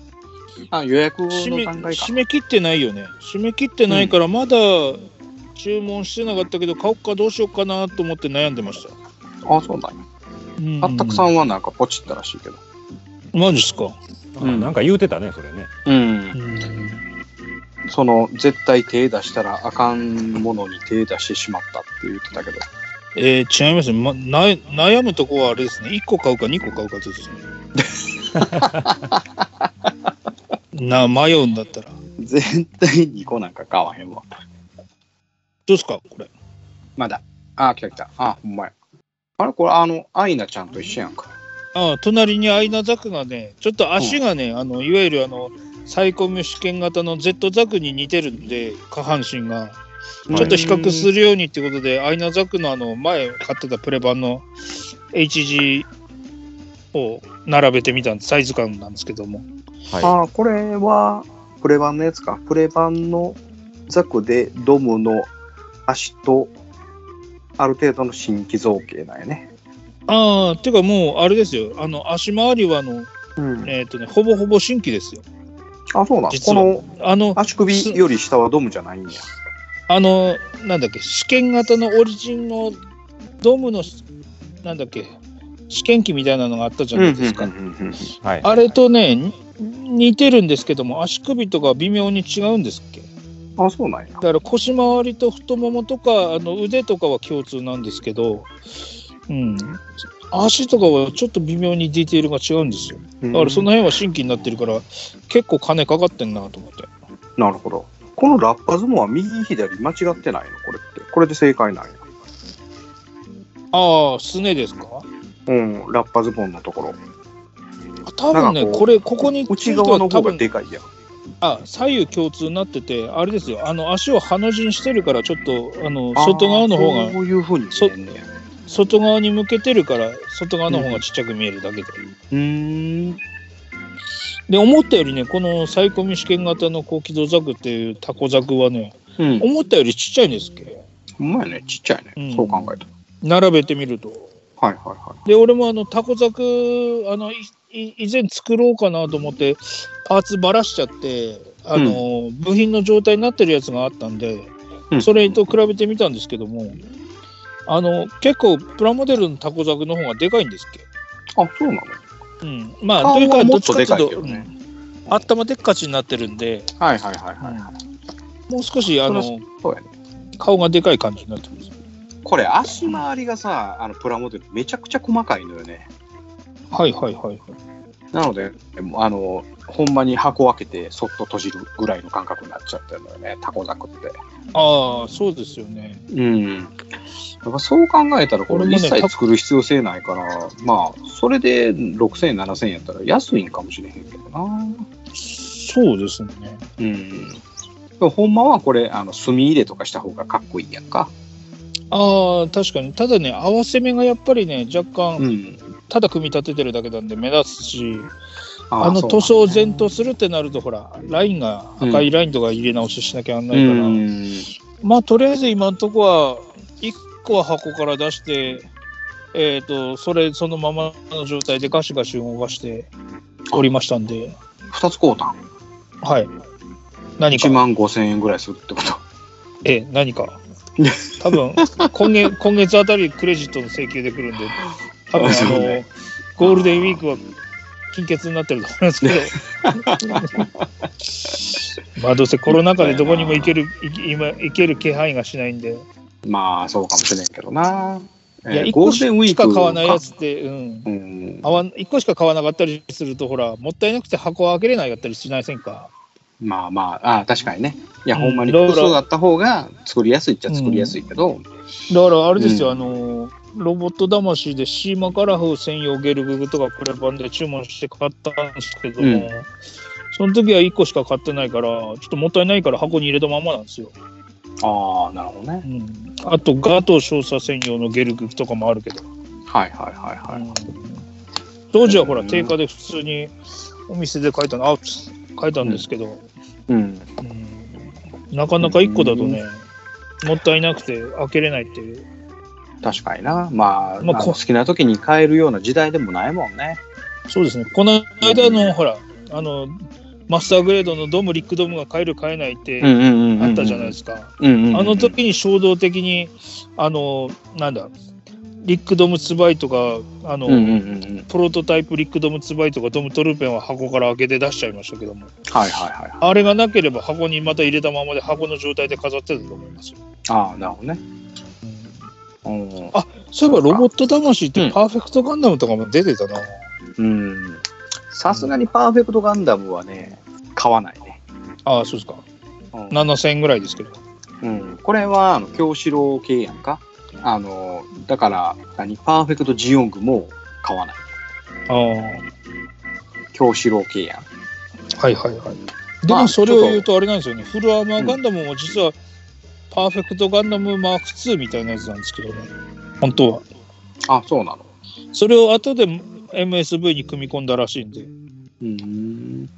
Speaker 1: あ、予約の
Speaker 3: 締め
Speaker 1: 段階か
Speaker 3: 締。め切ってないよね。締め切ってないから、まだ注文してなかったけど、買おうかどうしようかなと思って悩んでました。
Speaker 1: あ、そうなんや。あったくさんはなんかポチったらしいけど。
Speaker 3: ん。マジっすか。
Speaker 2: あ
Speaker 1: うん
Speaker 2: なんか言うてたね、それね。
Speaker 1: うん。
Speaker 3: ん。
Speaker 1: その、絶対手出したらあかんものに手出してしまったって言ってたけど。
Speaker 3: えー、違いますね、まな。悩むとこはあれですね。1個買うか2個買うかですね。
Speaker 1: <laughs>
Speaker 3: な迷うんだったら。どう
Speaker 1: 絶対2個なんか買わへんわ。
Speaker 3: ですかこれ。
Speaker 1: まだ。あ、来た来た。あ、ほんまや。あれこれ、あの、アイナちゃんと一緒やんか。
Speaker 3: ああ隣にアイナザクがね、ちょっと足がね、あのいわゆるあのサイコミュ試験型の Z ザクに似てるんで、下半身が。
Speaker 1: はい
Speaker 3: ちょっと比較するようにってことで、アイナザクのあの前買ってたプレ版の HG を並べてみたサイズ感なんですけども。
Speaker 2: は
Speaker 1: あ、これは、プレ版のやつか。プレ版のザクでドムの足と、ある程度の新規造形なんやね。
Speaker 3: ああ、てかもうあれですよ、あの足回りはあの、
Speaker 1: うん。
Speaker 3: えっ、とね、ほぼほぼ新規ですよ。
Speaker 1: あ、そうなん。
Speaker 3: 実
Speaker 1: こ
Speaker 3: は
Speaker 1: の
Speaker 3: あの、
Speaker 1: 足首より下はドムじゃないんや。
Speaker 3: あの、なんだっけ、試験型のオリジンのドームの、なんだっけ、試験機みたいなのがあったじゃないですか。
Speaker 1: うん
Speaker 2: はい。
Speaker 3: あれとね、に似てるんですけども、足首とか微妙に違うんですっけ
Speaker 1: うんあ、そうなんや
Speaker 3: だ。から腰回りと太ももとか、あの腕とかは共通なんですけど、うん、足とかはちょっと微妙にディテールが違うんですよ。だからその辺は新規になってるから、結構金かかってんなと思って。
Speaker 1: なるほど。このラッパ相撲は右左間違ってないのこれって。これで正解なんや。
Speaker 3: ああ、すねですか
Speaker 1: うん、ラッパズボンのところ。
Speaker 3: 多分ね、
Speaker 1: なんかこう
Speaker 3: これ、ここについ
Speaker 1: 内
Speaker 3: ては
Speaker 1: 側の
Speaker 3: 多
Speaker 1: 方が
Speaker 3: 分
Speaker 1: でかいやん。
Speaker 3: あ左右共通になってて、あれですよ、あの足をハの字にしてるから、ちょっとあの
Speaker 1: あー
Speaker 3: 外側の方が、
Speaker 1: そういうふうに見えんねや。
Speaker 3: 外側に向けてるから、外側の方がちっちゃく見えるだけで。
Speaker 1: うーん。
Speaker 3: で、思ったよりね、このサイコミ試験型の高機動ザクっていうタコザクはね、
Speaker 1: うん。
Speaker 3: 思ったよりちっちゃいんですっけ
Speaker 1: うまいね。ちっちゃいね。
Speaker 3: うん
Speaker 1: そう考えた
Speaker 3: 並べてみると。
Speaker 1: ら。はいはいは
Speaker 3: で、俺もあのタコザク、あの、いい以前作ろうかなと思って、パーツばらしちゃって、あの、部品の状態になってるやつがあったんで、
Speaker 1: い。うん
Speaker 3: それと比べてみたんですけども、あの結構プラモデルのタコザクの方がでかいんですっ
Speaker 1: あ、そうなの
Speaker 3: け、うん、まあ
Speaker 1: 顔
Speaker 3: という
Speaker 1: は
Speaker 3: か
Speaker 1: も
Speaker 3: ど
Speaker 1: っ
Speaker 3: っ
Speaker 1: と
Speaker 3: ち
Speaker 1: でか
Speaker 3: かと
Speaker 1: い
Speaker 3: い
Speaker 1: け
Speaker 3: うと、
Speaker 1: どね
Speaker 3: うん頭でっかちになってるんで、
Speaker 1: はいはいはいはい。
Speaker 3: もう少しあの
Speaker 1: そそうやね。
Speaker 3: 顔がでかい感じになってます
Speaker 1: これ足回りがさ、あのプラモデルめちゃくちゃ細かいのよね。
Speaker 3: はいはいはい
Speaker 1: なので、あの、ほんまに箱開けてそっと閉じるぐらいの感覚になっちゃってるのよね、タコザクって。
Speaker 3: ああそうですよね
Speaker 1: うん。だからそう考えたら、こ
Speaker 3: 俺
Speaker 1: れ
Speaker 3: もね
Speaker 1: 一切作る必要性ないから、まあ、それで6000円、7000円やったら安いんかもしれへんけどな。
Speaker 3: そうですね
Speaker 1: うん。でもほんまはこれ、あの、墨入れとかした方がかっこいいやんか。
Speaker 3: ああ確かにただね合わせ目がやっぱりね若干、
Speaker 1: うん。
Speaker 3: ただ組み立ててるだけなんで目立つし
Speaker 1: あ
Speaker 3: あの塗
Speaker 1: そう
Speaker 3: 装を全塗するってなるとほらラインが赤いラインとか入れ直ししなきゃなんな
Speaker 1: なん
Speaker 3: い
Speaker 1: や
Speaker 3: から、
Speaker 1: うん。
Speaker 3: まあとりあえず今のとこは1個は箱から出してえっ、とそれそのままの状態でガシガシ動かしておりましたんで
Speaker 1: 2つ交換。
Speaker 3: はい何
Speaker 1: 1
Speaker 3: か
Speaker 1: 万5000円ぐらいするってこと。 <laughs>
Speaker 3: ええ何か多分今月今月あたりクレジットの請求で来るんで多分あ
Speaker 1: そう
Speaker 3: の、
Speaker 1: ね
Speaker 3: ゴールデンウィークは金欠になってると思いますけ
Speaker 1: <laughs>
Speaker 3: どまあどうせコロナ禍でどこにも行けるい今行ける気配がしないんで
Speaker 1: まあ、そうかもしれんけどな。
Speaker 3: いや、
Speaker 1: えー
Speaker 3: 1
Speaker 1: ゴー
Speaker 3: 個
Speaker 1: ル
Speaker 3: し
Speaker 1: デンウィー
Speaker 3: か
Speaker 1: ク
Speaker 3: 買わないやつって、うん。
Speaker 1: うん
Speaker 3: 合わん1個しか買わなかったりすると、ほら、もったいなくて箱を開けれないやったりしませんか。
Speaker 1: まあまあ、ああ確かにね。いや、
Speaker 3: うん
Speaker 1: ほんまに
Speaker 3: ローラー
Speaker 1: 服装だった方が作りやすいっちゃ作りやすいけど、
Speaker 3: だから、あれですよ、
Speaker 1: うん
Speaker 3: あの、ロボット魂でシーマカラフ専用ゲルググとかプレバンで注文して買ったんですけども、
Speaker 1: うん
Speaker 3: その時は1個しか買ってないから、ちょっともったいないから箱に入れたまんまなんですよ。
Speaker 1: ああ、なるほどね。
Speaker 3: うん、あと、ガトー少佐専用のゲルググとかもあるけど。
Speaker 1: はいはいはいはい。
Speaker 3: 当時はほら、
Speaker 1: うん
Speaker 3: 定価で普通にお店で買えたの、あ、買えたんですけど、
Speaker 1: うん。
Speaker 3: うんなかなか1個だとね、もったいなくて開けれないっていう。
Speaker 1: 確かにな。まあ、
Speaker 3: まあ
Speaker 1: あの好
Speaker 3: こ
Speaker 1: きな時に買えるような時代でもないもんね。
Speaker 3: そうですね。この間の、
Speaker 1: うん
Speaker 3: ほら、あの、マスターグレードのドム、リックドムが買える、買えないって
Speaker 1: んうん
Speaker 3: あったじゃないですすか。
Speaker 1: か。うんうんうん
Speaker 3: あの時に衝動的に、あの、なんだ、リックドムツバイとか、あの、
Speaker 1: うんうんうんうん。
Speaker 3: プロトタイプリックドムツバイとかドムトルーペンは箱から開けて出しちゃいましたけども
Speaker 1: はいはいはい。
Speaker 3: あれがなければ箱にまた入れたままで箱の状態で飾ってたと思いますよ
Speaker 1: ああ、なるほどね。うん
Speaker 3: そういえばロボット魂っ
Speaker 1: う
Speaker 3: て
Speaker 1: ん
Speaker 3: パーフェクトガンダムとかも出てたな。
Speaker 1: うん。さすがにパーフェクトガンダムはね、買わないね。
Speaker 3: ああ、そうですか。
Speaker 1: うん
Speaker 3: 7000円ぐらいですけど。
Speaker 1: うん、これはあの京志郎系やんかあのだから何パーフェクトジオングも買わない
Speaker 3: ああ、はい
Speaker 1: 京志郎系やん
Speaker 3: はいはい。で
Speaker 1: ま
Speaker 3: も
Speaker 1: あ
Speaker 3: それを言う
Speaker 1: ち
Speaker 3: とあれなんですよね。フルアーマーガンダムも実はパーフェクトガンダムマーク2みたいなやつなんですけどね。本当は。
Speaker 1: あそうなの
Speaker 3: それを後で MSV に組み込んだらしいんで。
Speaker 1: うん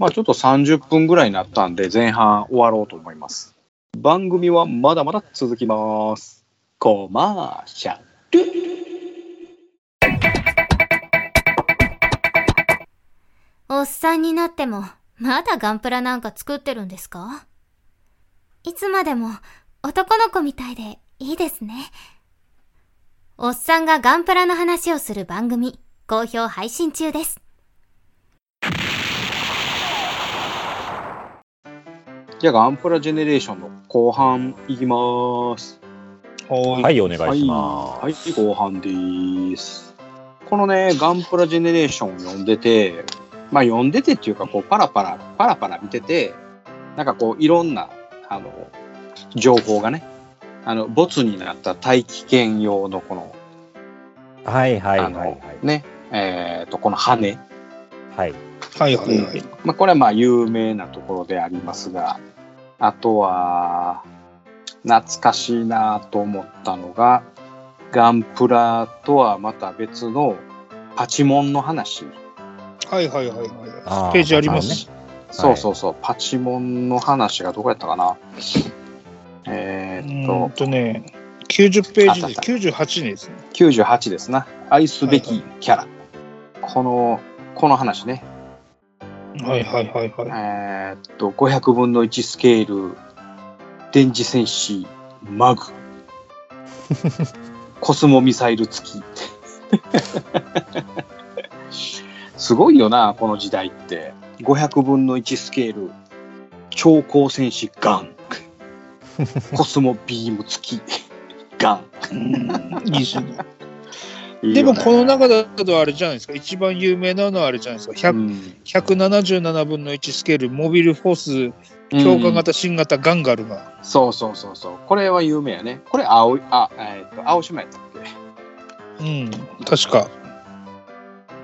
Speaker 1: まあちょっと30分ぐらいになったんで前半終わろうと思います番組はまだまだ続きますコマーシャル
Speaker 5: おっさんになってもまだガンプラなんか作ってるんですかいつまでも男の子みたいでいいですね。おっさんがガンプラの話をする番組、好評配信中です。
Speaker 1: じゃあ、ガンプラジェネレーションの後半いきます。
Speaker 3: は。
Speaker 2: はいい、お願いします。
Speaker 1: はい、はい、後半です。このね、ガンプラジェネレーションを読んでて、まあ読んでてっていうか、こう、パラパラ、パラパラ見てて、なんかこう、いろんな、あの、情報がね、あの、ボツになった大気圏用のこの、
Speaker 2: はい、はい、
Speaker 1: あ
Speaker 2: はい、
Speaker 1: の、
Speaker 2: はい。
Speaker 1: ね、えっ、と、この羽、
Speaker 2: はい、
Speaker 3: はいはいはい。
Speaker 1: まあ、これはまあ有名なところでありますが、あとは、懐かしいなと思ったのが、ガンプラとはまた別のパチモンの話。
Speaker 3: はいはいはいは
Speaker 2: あー
Speaker 3: い。ページあります。
Speaker 1: そうそうそう、パチモンの話がどこやったかな。え
Speaker 3: う
Speaker 1: ーっ
Speaker 3: ーん
Speaker 1: と、
Speaker 3: とね、90ページ
Speaker 1: あっ
Speaker 3: で
Speaker 1: た
Speaker 3: 98年ですね。
Speaker 1: 98ですな。愛すべきキャラ。この、この話ね。
Speaker 3: はいはいはいはい。
Speaker 1: えーっと、500分の1スケール、電磁戦士、マ
Speaker 3: <laughs>
Speaker 1: グ、コスモミサイル付
Speaker 3: <laughs>
Speaker 1: き。すごいよな、この時代って。500分の1スケール、超高戦士、ガ
Speaker 3: <laughs>
Speaker 1: ン、コスモビーム付き、ガ
Speaker 3: うんいいですね。
Speaker 1: ン。いい
Speaker 3: で
Speaker 1: よ
Speaker 3: も
Speaker 1: ね
Speaker 3: この中だとあれじゃないですか、一番有名なのはあれじゃないですか、
Speaker 1: う
Speaker 3: 100
Speaker 1: ん
Speaker 3: 177分の1スケール、モビルフォース、強化型、新型、ガンガルが。
Speaker 1: そうそうそうそう。これは有名やね。これ青い、あ、えーっと、青島やったっけ
Speaker 3: うん、確か。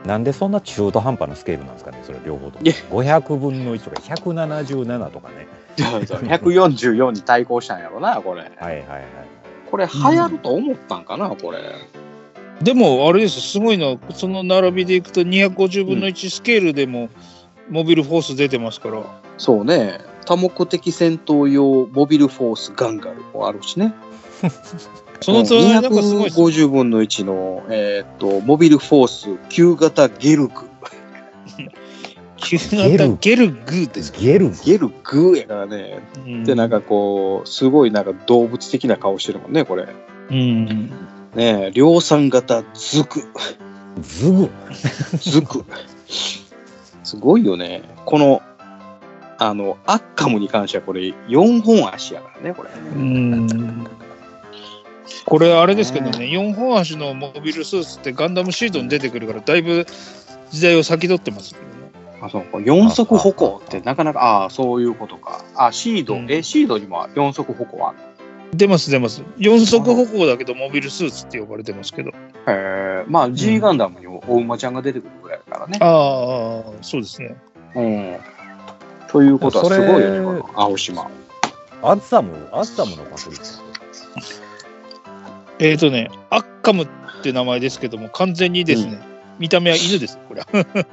Speaker 2: なんでそんな中途半端なスケールなんですかね、それ両方とも。
Speaker 1: いや
Speaker 2: 500分の1とか177とかね。
Speaker 1: 144に対抗したんやろなこれ、
Speaker 2: はいはいはい。
Speaker 1: これ流行ると思ったんかな、これ
Speaker 3: でもあれです、すごいな、その並びでいくと250分の1スケールでも、モビルフォース出てますから、
Speaker 1: そうね多目的戦闘用モビルフォースガンガルもあるしね
Speaker 3: その隣なんかすごいですね
Speaker 1: 250分の1の、えーっとモビルフォース旧型ゲルグ
Speaker 3: 旧型ゲルグーですか。
Speaker 2: ゲルグ
Speaker 1: <laughs> ゲルグやからね、でなんかこうすごいなんか動物的な顔してるもんねこれ
Speaker 3: うん、
Speaker 1: ねえ量産型ズク
Speaker 2: ズグ。
Speaker 1: ズク。すごいよね。この、あの、アッカムに関してはこれ、4本足やからね、これ。
Speaker 3: うんこれあれですけどね、4本足のモビルスーツってガンダムシードに出てくるから、だいぶ時代を先取ってますよね。
Speaker 1: あそう4足歩行ってなかなか、ああー、そういうことか。あ、シード、
Speaker 3: うん
Speaker 1: え、シードにも4足歩行ある
Speaker 3: 出ます出ます。4足歩行だけど、モビルスーツって呼ばれてますけど。
Speaker 1: へえ、まあ、G ガンダムにもお馬ちゃんが出てくるぐらいだからね。
Speaker 3: ああ、そうですね。
Speaker 1: うん。ということは、す
Speaker 2: それ
Speaker 1: ごいよね、この青島。
Speaker 2: アッサム、アッサムのパクリ。
Speaker 3: えっ、ー、とね、アッカムって名前ですけども、完全にですね、見た目は犬です、これは。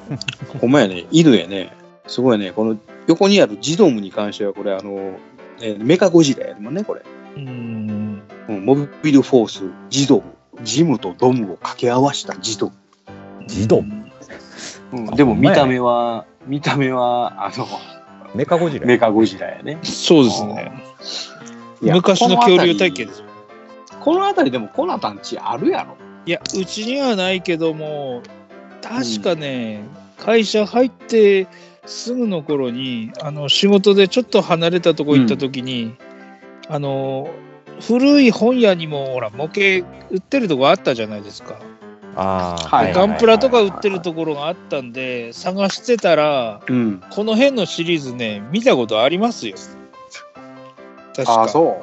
Speaker 1: ほんまやね、犬やね。すごいね、この横にあるジドムに関しては、これ、あの、えーメカゴジラやもんね、これ。
Speaker 3: うん。
Speaker 1: うんモビルフォース、ジドム、ジムとドムを掛け合わせたジド
Speaker 2: ジド
Speaker 3: ム。
Speaker 1: ム。
Speaker 2: あ
Speaker 1: でも
Speaker 2: ほん
Speaker 1: 見
Speaker 2: まやね
Speaker 1: た目は、見た目は、あの、
Speaker 2: メカゴジラ。
Speaker 1: メカゴジラやね。
Speaker 3: そうですね。
Speaker 1: いや
Speaker 3: 昔の恐竜体
Speaker 1: この辺
Speaker 3: 験
Speaker 1: り
Speaker 3: ですよ。
Speaker 1: この辺りでもコナタンちあるやろ。
Speaker 3: いや、うちにはないけども、確かね、会社入ってすぐの頃に、あの仕事でちょっと離れたとこ行った時に、あの、古い本屋にもほら模型売ってるとこあったじゃないですか、
Speaker 2: ああ、
Speaker 1: はい
Speaker 3: ガンプラとか売ってるところがあったんで探してたら
Speaker 1: うん。
Speaker 3: この辺のシリーズね見たことありますよ確
Speaker 1: あ
Speaker 3: か
Speaker 1: あ、そ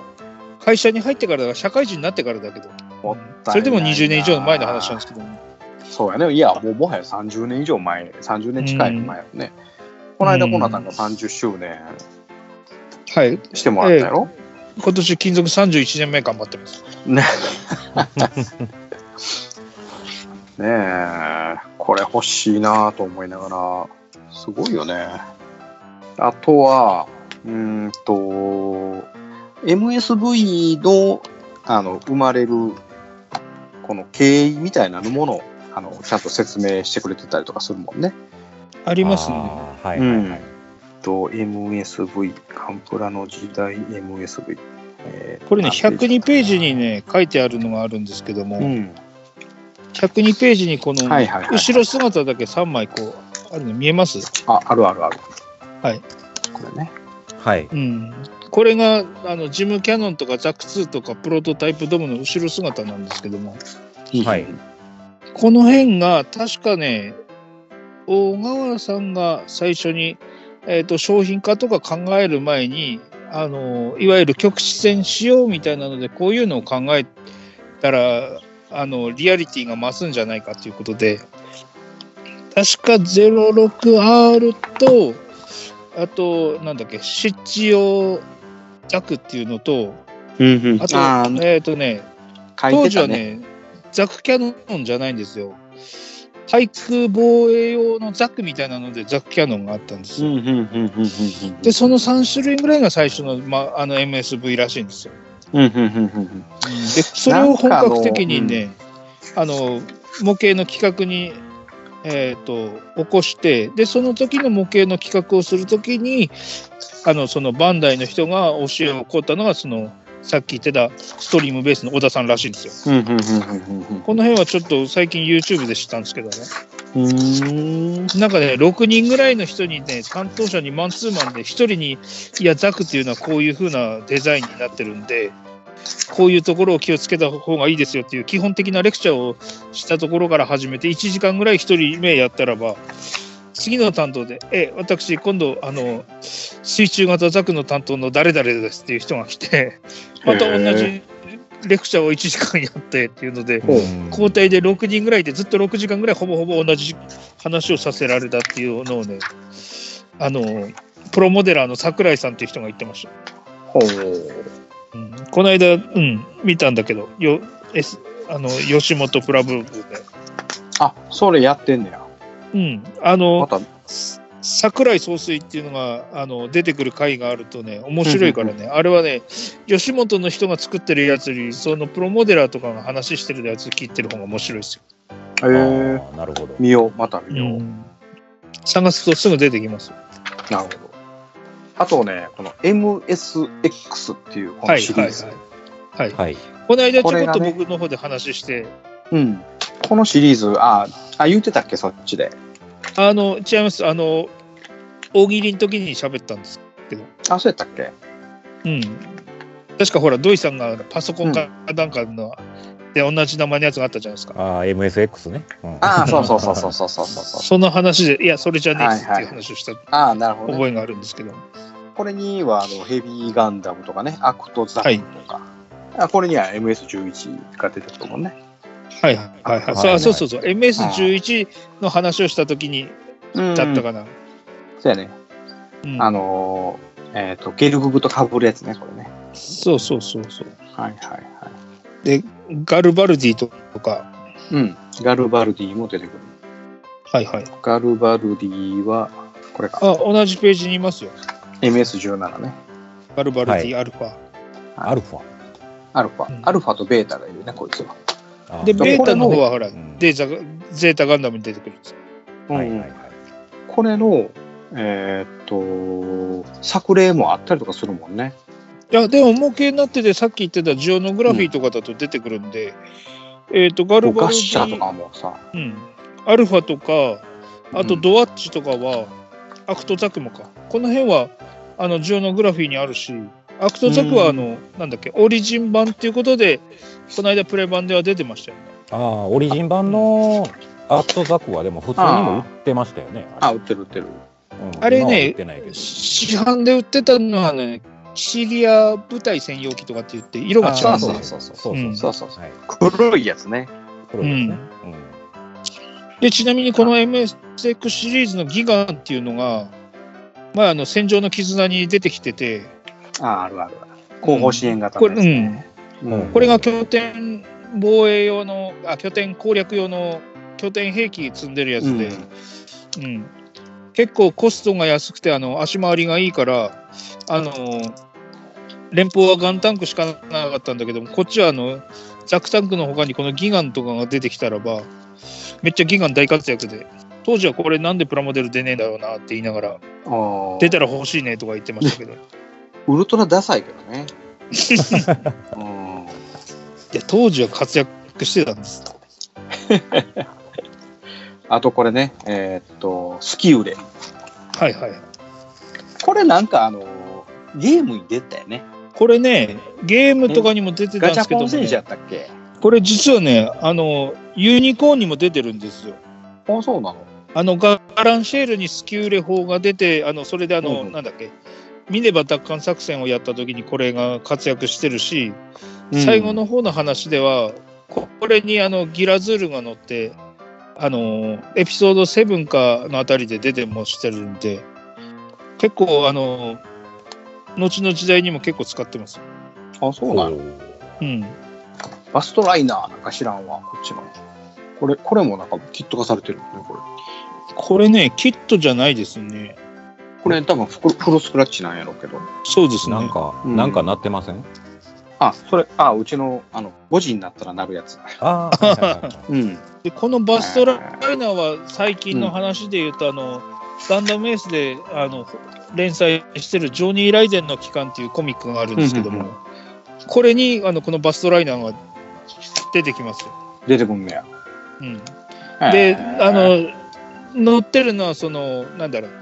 Speaker 3: 会社に入ってからだから社会人になってからだけど
Speaker 1: う。もったいないな
Speaker 3: それでも20年以上前の話なんですけども
Speaker 1: そうやね。いや、もうもはや30年以上前、30年近い前やろね。この間コナタンが30周年
Speaker 3: はい
Speaker 1: してもらったやろ。
Speaker 3: 今年勤続31年目頑張ってます。
Speaker 1: ねえ、これ欲しいなと思いながら、すごいよね。あとは、うーんと、MSV のあの生まれるこの経緯みたいなものをあのちゃんと説明してくれてたりとかするもんね。
Speaker 3: ありますね。
Speaker 2: あーはいはいはい。
Speaker 6: と、MSV、カンプラの時代 MSV。えー
Speaker 3: これね、102ページに。
Speaker 6: 何
Speaker 3: ね、書いてあるのがあるんですけども、
Speaker 1: う。うん。
Speaker 3: 102ページにこの
Speaker 1: はいはいはい
Speaker 3: 後ろ姿だけ3枚こう、あるの見えます
Speaker 1: あ、あるあるある。
Speaker 3: はい。
Speaker 1: これね。
Speaker 2: はい。
Speaker 3: うん。これが、あの、ジムキャノンとかザク2とかプロトタイプドムの後ろ姿なんですけども、
Speaker 2: はい
Speaker 3: この辺が確かね、大河原さんが最初に、えー、と商品化とか考える前にあのいわゆる局地戦しようみたいなのでこういうのを考えたらあのリアリティが増すんじゃないかということで確か 06R とあとなんだっけ湿地用ザクっていうのと
Speaker 1: うんうん。
Speaker 3: あと
Speaker 1: あー
Speaker 3: えっ、とね
Speaker 1: 書
Speaker 3: 当
Speaker 1: いて
Speaker 3: 時は
Speaker 1: たね。
Speaker 3: ね、ザクキャノンじゃないんですよ。対空防衛用のザクみたいなのでザクキャノンがあったんです
Speaker 1: うん
Speaker 3: よ。
Speaker 1: うんうんうんうんうん。
Speaker 3: で、その3種類ぐらいが最初の,、まあ、あの MSV らしいんですよ。
Speaker 1: うんうんうんうん
Speaker 3: で、それを本格的にね、あの、模型の企画に、えっ、と、起こして、で、その時の模型の企画をするときに、あの、そのバンダイの人が教えをこったのが、その、さっき言ってたストリームベースの小田さんらしいんですよ。
Speaker 1: うんうんうんうん
Speaker 3: この辺はちょっと最近 YouTube で知ったんですけどね。
Speaker 1: うんうん。うーん。
Speaker 3: なんかね、6人ぐらいの人にね、担当者にマンツーマンで、1人に、いや、ザクっていうのはこういう風なデザインになってるんで、こういうところを気をつけた方がいいですよっていう基本的なレクチャーをしたところから始めて、1時間ぐらい1人目やったらば、次の担当で、え、私、今度、あの、水中型ザクの担当の誰々ですっていう人が来て、また同じレクチャーを1時間やってっていうので、
Speaker 2: うん
Speaker 3: 交代で6人ぐらいでずっと6時間ぐらいほぼほぼ同じ話をさせられたっていうのをねあのプロモデラーの桜井さんっていう人が言ってました、
Speaker 1: ほう。
Speaker 3: うん、この間、うん、見たんだけどよ、S、あの吉本プラブ部で、
Speaker 1: あ、それやってんねや。
Speaker 3: うん、あ
Speaker 1: ま
Speaker 3: の
Speaker 1: た、
Speaker 3: 桜井総帥っていうのがあの出てくる回があるとね面白いからねあれはね吉本の人が作ってるやつよりそのプロモデラーとかが話してるやつ聞いてる方が面白いですよ
Speaker 1: えー、
Speaker 2: あーなるほど。
Speaker 1: 見よう、また見よう。
Speaker 3: 探すとすぐ出てきます。
Speaker 1: なるほど。あとね、この MSX っていうこ
Speaker 3: は
Speaker 1: の
Speaker 3: い
Speaker 1: シ
Speaker 3: は
Speaker 1: リー
Speaker 3: いはい
Speaker 1: ズ。。
Speaker 3: はい、
Speaker 2: はい。
Speaker 3: この間ちょ
Speaker 1: これ
Speaker 3: こっ
Speaker 1: が
Speaker 3: と
Speaker 1: ね
Speaker 3: 僕の方で話して、
Speaker 1: うん。このシリーズ、あ、あ言ってたっけ、そっちで。
Speaker 3: あの、違います、あの、大喜利の時に喋ったんです。
Speaker 1: あ、そうやったっけ
Speaker 3: うん。確かほら、土井さんがパソコンかなんかの、で同じ名前のやつがあったじゃないですか。
Speaker 2: ああ、MSX ね。うん
Speaker 1: あそうそうそうそうそうそうそうそう。
Speaker 3: その話で、いや、それじゃねえっすって
Speaker 1: はいいうはい
Speaker 3: 話をした
Speaker 1: あなるほど、ね。
Speaker 3: 覚えがあるんですけど。
Speaker 1: これにはあのヘビーガンダムとかね、アクトザクとか、あこれには MS11 が出てくるもんね。
Speaker 3: はいはいはい。
Speaker 2: はい
Speaker 3: そうそうそうそう。MS11 の話をした時に
Speaker 1: だ
Speaker 3: だったかな。
Speaker 1: そうやね。
Speaker 3: うん
Speaker 1: あのーえっ、と、ゲルググと被るやつね、これね。
Speaker 3: そうそうそうそう。
Speaker 1: はいはいは
Speaker 3: で、ガルバルディとか、
Speaker 1: い。うん。ガルバルディも出てくる。
Speaker 3: はいはい。
Speaker 1: ガルバルディは、これか。
Speaker 3: あ、同じページにいますよ。
Speaker 1: MS17 ね。
Speaker 3: バルバルディ、
Speaker 2: は
Speaker 3: アルファ。
Speaker 2: <laughs> アルファ。
Speaker 1: アルファ、
Speaker 3: うん
Speaker 1: アルファとベータがいるね、こいつは。
Speaker 2: あー
Speaker 3: で、
Speaker 1: も
Speaker 3: ベータの方はほら
Speaker 2: うん、
Speaker 3: データが、ゼータガンダムに出てくるんですよ。
Speaker 2: はいはいはい。
Speaker 1: これの、えーっと、作例もあったりとかするもんね。
Speaker 3: いや、でも模型になってて、さっき言ってたジオノグラフィーとかだと出てくるんで、えっと、ガルバ
Speaker 1: ガッ
Speaker 3: ルデ
Speaker 1: シャーと
Speaker 3: ィ、
Speaker 1: かもさ。
Speaker 3: うん、アルファとか、あと
Speaker 1: うん
Speaker 3: ドワッチとかは、アクトザクもか。この辺は、あの、ジオノグラフィーにあるし、アクトザクは、あの、なんだっけ、オリジン版っていうことで、この間プレイ版では出てましたよね。
Speaker 2: ああ、オリジン版のアットザクはでも普通にも売ってましたよね。
Speaker 1: あ、売ってる売ってる。
Speaker 2: うん
Speaker 3: あれね
Speaker 2: 今は売ってないけど
Speaker 3: 市販で売ってたのはね、シリア部隊専用機とかって言って、色が違
Speaker 1: あー
Speaker 3: うん
Speaker 1: そう
Speaker 3: で
Speaker 1: そう
Speaker 2: そうそう
Speaker 3: う
Speaker 2: そ
Speaker 3: ん
Speaker 2: う
Speaker 1: そうそうそう
Speaker 2: はい。
Speaker 1: 黒いやつね。
Speaker 2: 黒いですね。
Speaker 3: で、ちなみにこの MSX シリーズのギガンっていうのが、まあ、あの戦場の絆に出てきてて、
Speaker 1: あ、あるあるある。後方支援型
Speaker 3: こ
Speaker 1: の
Speaker 3: れ
Speaker 1: やつね。うん
Speaker 2: うん
Speaker 1: うん
Speaker 3: これが拠点防衛用の、あ拠点攻略用の拠点兵器積んでるやつで、うん結構コストが安くてあの足回りがいいから、あの連邦はガンタンクしかなかったんだけども、こっちはあのザクタンクの他にこのギガンとかが出てきたらば、めっちゃギガン大活躍で、当時はこれなんでプラモデル出ねえんだろうなって言いながら、
Speaker 1: ああ
Speaker 3: 出たら欲しいねとか言ってまし
Speaker 1: <laughs>
Speaker 3: たけど。い <laughs>
Speaker 1: ウルトラダサいけどね。うん
Speaker 3: や、当時は活躍してたんです。
Speaker 1: あとこれね、えーっと、スキウレ。
Speaker 3: はいはい。
Speaker 1: これなんかあの、ゲームに出たよね。
Speaker 3: これね、ゲームとかにも出てたん
Speaker 1: ガ
Speaker 3: で
Speaker 1: チャ
Speaker 3: すけど
Speaker 1: ポ
Speaker 3: も
Speaker 1: ン
Speaker 3: ね、
Speaker 1: 戦士やったっけ
Speaker 3: これ実はね、あの、ユニコーンにも出てるんですよ。
Speaker 1: あ、そうなの
Speaker 3: あの、ガランシェールにスキューレ法が出て、あの、それであの、
Speaker 1: うんうん
Speaker 3: なんだっけ、ミネバ奪還作戦をやった時にこれが活躍してるし、
Speaker 1: うん
Speaker 3: 最後の方の話では、ここれにあの、ギラズールが乗って、あの、エピソード7かのあたりで出てもしてるんで、結構あの、後の時代にも結構使ってます。
Speaker 1: あ、そうなの
Speaker 3: うん。
Speaker 1: バストライナーなんか知らんわ、こっちの。これ、これもなんかキット化されてるんですね、これ。
Speaker 3: これね、キットじゃないですね。
Speaker 1: これ多分フロフロスクラッチなんやろうけど。
Speaker 3: そうですね。
Speaker 2: なんか、
Speaker 1: うん
Speaker 2: なんかなってません
Speaker 1: あ、それ、あ、うちの、あの、5時になったらなるやつ。
Speaker 2: ああ、はいはいはいはい
Speaker 1: うん。
Speaker 3: でこのバストライナーは最近の話で言うと、あのガンダムエースであの連載してる「ジョニー・ライゼンの帰還」っていうコミックがあるんですけども、
Speaker 1: うんうん
Speaker 3: これにあのこのバストライナーが出てきますよ。
Speaker 1: 出てくんねや。
Speaker 3: うん、
Speaker 1: へ
Speaker 3: で
Speaker 1: ー
Speaker 3: あ、の乗ってるのはそのなんだろう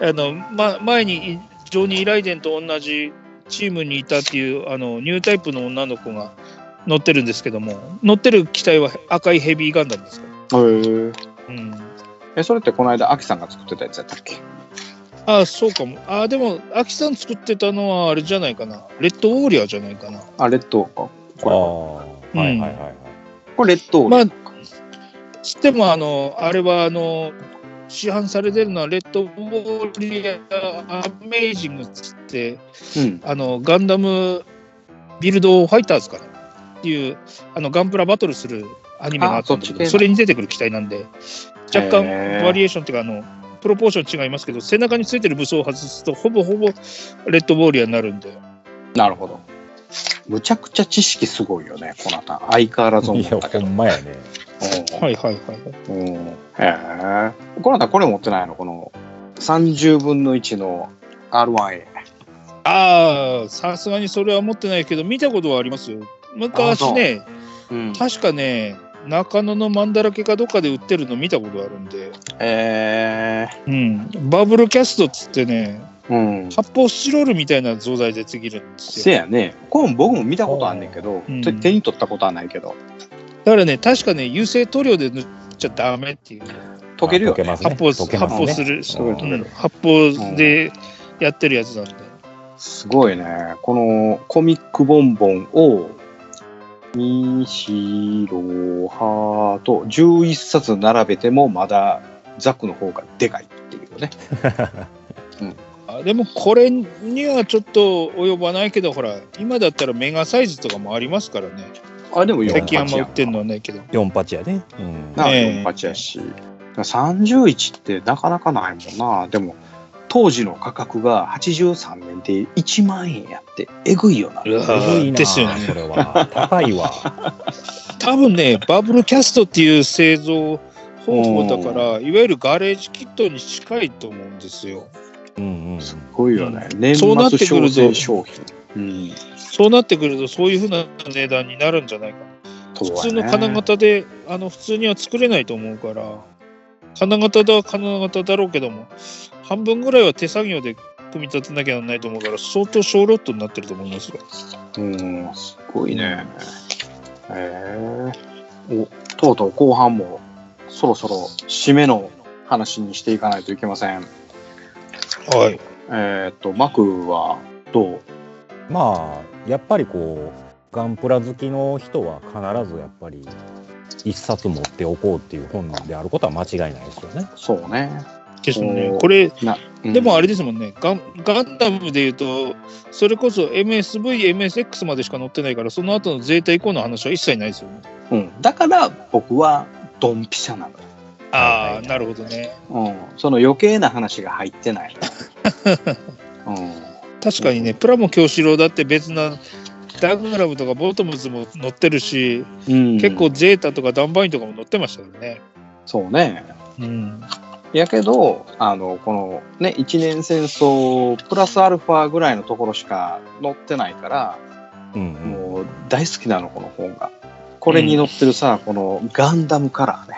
Speaker 3: あの、ま、前にジョニー・ライデンと同じチームにいたっていうあのニュータイプの女の子が乗ってるんですけども乗ってる機体は赤いヘビーガンダムですか
Speaker 1: へえ。
Speaker 3: ら、うん、
Speaker 1: え、それってこの間、アキさんが作ってたやつやったっけ
Speaker 3: ああそうかもああでもアキさん作ってたのはあれじゃないかなレッドウォーリアーじゃないかな
Speaker 1: あ、レッドか。
Speaker 2: あー
Speaker 1: こ
Speaker 2: はいはいはいはい。
Speaker 1: れ、これレッドオー
Speaker 3: ま
Speaker 1: レ
Speaker 3: あつってもあのあれはあの市販されてるのはレッドウォーリアーアメイジングっつって
Speaker 1: うん。
Speaker 3: あのガンダムビルドファイターズかなっていうあのガンプラバトルするアニメがあったんだけ
Speaker 1: あそっち系
Speaker 3: ど
Speaker 1: だ
Speaker 3: それに出てくる機体なんで若干
Speaker 1: へー
Speaker 3: バリエーションっていうかあのプロポーション違いますけど背中についてる武装を外すとほぼほぼレッドウォーリアーになるんで
Speaker 1: なるほど。むちゃくちゃ知識すごいよね、このた相変わらず思
Speaker 2: い
Speaker 1: っ
Speaker 2: や、
Speaker 1: たけ
Speaker 2: ほ
Speaker 1: ど。
Speaker 2: んまやね。
Speaker 1: うん
Speaker 3: はいはいはい
Speaker 1: うんへえ。このたこれ持ってないのこの30分の1の R1A。
Speaker 3: ああさすがにそれは持ってないけど見たことはありますよ昔ね
Speaker 1: うん
Speaker 3: 確かね中野のマンだらけかどっかで売ってるの見たことあるんで、
Speaker 1: え
Speaker 3: うん、バブルキャストっつってね
Speaker 1: ー、うん。
Speaker 3: 発泡スチロールみたいな素材でちぎるんです
Speaker 1: せ
Speaker 3: よ。
Speaker 1: やね。これも僕も見たことあんねんけど、
Speaker 3: うん
Speaker 1: 手手に取ったことはないけど、
Speaker 3: だからね、確かね、油性塗料で塗っちゃダメっていう。
Speaker 1: 溶けるよ
Speaker 2: 溶け
Speaker 1: ね。
Speaker 2: ますね。
Speaker 3: 発泡す、
Speaker 2: 溶けま
Speaker 3: 発
Speaker 2: す
Speaker 3: 泡す
Speaker 2: ね。
Speaker 3: る、
Speaker 2: うん
Speaker 3: うん発泡でやってるやつなんで。
Speaker 1: すごいね。このコミックボンボンを、2、4、6、8と11冊並べてもまだザクの方がでかいっていうね。
Speaker 3: あでもこれにはちょっと及ばないけど、ほら、今だったらメガサイズとかもありますからね。
Speaker 1: あ、でも
Speaker 2: や
Speaker 3: 最近あん
Speaker 1: 48
Speaker 3: ま売
Speaker 1: や
Speaker 3: ってんのはないけど。
Speaker 2: 4八やね。うん。
Speaker 1: なあ、
Speaker 3: ええ
Speaker 1: 48やし。だから31ってなかなかないもんな。でも、当時の価格が83年で1万円やって、えぐいよな。
Speaker 2: すごいな。
Speaker 3: ですよね。
Speaker 2: それは。高い
Speaker 3: <laughs>
Speaker 2: わ。
Speaker 3: 多分ね、バブルキャストっていう製造方法だから、いわゆるガレージキットに近いと思うんですよ。
Speaker 2: うんうんうん。
Speaker 1: すごいよね。年
Speaker 3: そうなって
Speaker 1: 末
Speaker 3: く
Speaker 1: 商
Speaker 3: る
Speaker 1: 戦
Speaker 3: と
Speaker 1: 商品。うん。
Speaker 3: そうなってくると、そういうふうな値段になるんじゃないかな。
Speaker 1: そう
Speaker 3: 普
Speaker 1: や
Speaker 3: 通
Speaker 1: ね
Speaker 3: の金型で、あの普通には作れないと思うから、金型だは金型だろうけども、半分ぐらいは手作業で組み立てなきゃならないと思うから、相当小ロットになってると思いますよ。
Speaker 1: うん、すごいね。へえお、とうとう後半も、そろそろ締めの話にしていかないといけません。
Speaker 3: はい。
Speaker 1: えーっと、マクは、どう
Speaker 2: まあ、やっぱりこう、ガンプラ好きの人は必ずやっぱり、一冊持っておこうっていう本であることは間違いないですよね。
Speaker 1: そうね。
Speaker 3: ですもんね
Speaker 1: お。ー
Speaker 3: これ、
Speaker 1: うん
Speaker 3: でもあれですもんね、ガンガンダムで言うと、それこそ MSV、MSX までしか乗ってないから、その後のゼータ以降の話は一切ないですよね。
Speaker 1: うん、だから僕はドンピシャなのよ
Speaker 3: ああ、なるほどね。
Speaker 1: うん、その余計な話が入って <laughs> ないのよ、
Speaker 3: 確かにね、プラモ京志郎だって別なダグラムとかボトムズも乗ってるし、
Speaker 1: うん、
Speaker 3: 結構ゼータとかダンバインとかも乗ってましたよね。
Speaker 1: そうね
Speaker 3: うん。
Speaker 1: やけど、あの、このね、一年戦争プラスアルファぐらいのところしか載ってないから、
Speaker 2: うんうん
Speaker 1: もう大好きなの、この本が。これに載ってるさ、このガンダムカラーね。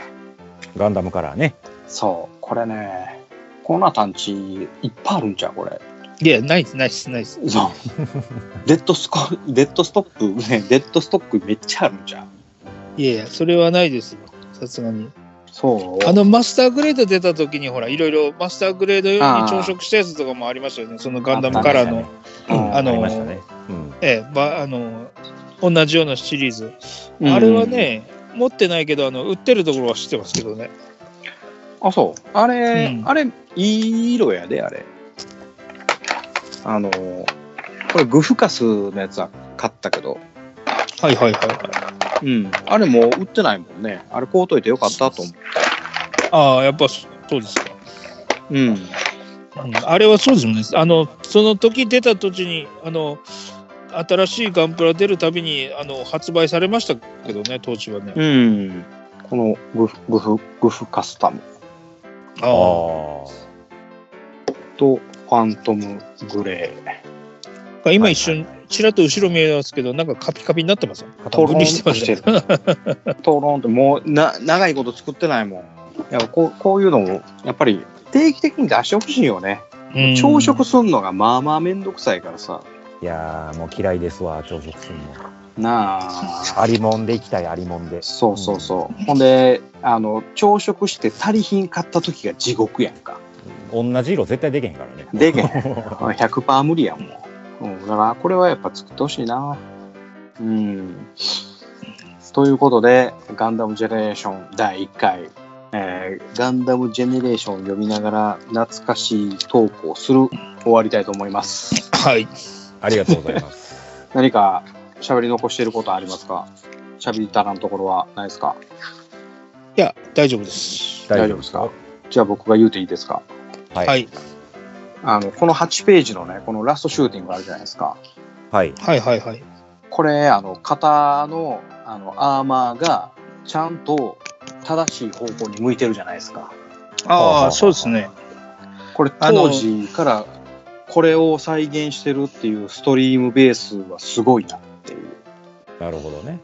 Speaker 2: ガンダムカラーね。
Speaker 1: そう、これね、こんな探知いっぱいあるんちゃうこれ。
Speaker 3: いや、ないです、ないです、ないです。 <laughs>
Speaker 1: そう。デッドスコ、デッドストップ、ね、デッドストックめっちゃあるんちゃう
Speaker 3: いやいや、それはないですよ。さすがに。
Speaker 1: そう。
Speaker 3: あのマスターグレード出た時にほらいろいろマスターグレード用に朝食したやつとかもありましたよねそのガンダムカラーの
Speaker 2: あっ
Speaker 1: うん
Speaker 3: あ
Speaker 2: あ
Speaker 3: の
Speaker 2: りましたね。うん。
Speaker 3: ええばあの同じようなシリーズ、
Speaker 1: うん
Speaker 3: あれはね持ってないけどあの売ってるところは知ってますけどね
Speaker 1: あ、そう。あれ、
Speaker 3: うん
Speaker 1: あれ、いい色やで、あれ。あの、これ、グフカスのやつは買ったけど、
Speaker 3: はいはいはい
Speaker 1: うん。あれもう売ってないもんね。あれ、買うといてよかったと思
Speaker 3: ああやっぱそそうですか、
Speaker 1: う。うん。
Speaker 3: うんあれはそうですもんねあのその時出た時にあの新しいガンプラ出るたびにあの発売されましたけどね当時はね、
Speaker 1: うん。このグフ、グフ、グフカスタム
Speaker 3: あ
Speaker 2: あ
Speaker 3: あ
Speaker 1: と、ファントムグレー。
Speaker 3: 今一瞬ちらっと後ろ見えますけどなんかカピカピになってます
Speaker 2: あ。
Speaker 1: トロ
Speaker 3: 分
Speaker 1: ン
Speaker 3: 離
Speaker 1: と
Speaker 3: してま
Speaker 1: し
Speaker 3: してた
Speaker 1: る。トロンってもうな長いこと作ってないもん。やっぱこうこういうのもやっぱり定期的に出してほしいよね。
Speaker 3: うん
Speaker 1: 朝食すんのがまあまあめんどくさいからさ。
Speaker 2: いやーもう嫌いですわ朝食するの。
Speaker 1: なあ。
Speaker 2: ありもんで行きたいありもんで。
Speaker 1: そうそうそう。ほんであの朝食して足りひん買った時が地獄やんか。
Speaker 2: 同じ色絶対でけへんからね。
Speaker 1: でけへん100%無理やんもう。うん、だからこれはやっぱ作ってほしいな。うん。ということで、ガンダムジェネレーション第1回、えーガンダムジェネレーションを読みながら懐かしいトークをする終わりたいと思います。
Speaker 3: はい
Speaker 2: ありがとうございます。
Speaker 1: 何か喋り残していることありますか喋り足らんところはないですか
Speaker 3: いや大丈夫です
Speaker 1: 大丈夫ですかじゃあ僕が言うていいですか
Speaker 2: はい
Speaker 3: はい
Speaker 1: あの、この8ページのね、このラストシューティングあるじゃないですか。
Speaker 2: はい。
Speaker 3: はいはいはい。
Speaker 1: これあの型のあのアーマーがちゃんと正しい方向に向いてるじゃないですか
Speaker 3: ああ、そうですね。
Speaker 1: これ
Speaker 3: あの
Speaker 1: 当時からこれを再現してるっていうストリームベースはすごいなっていう、
Speaker 2: なるほどね。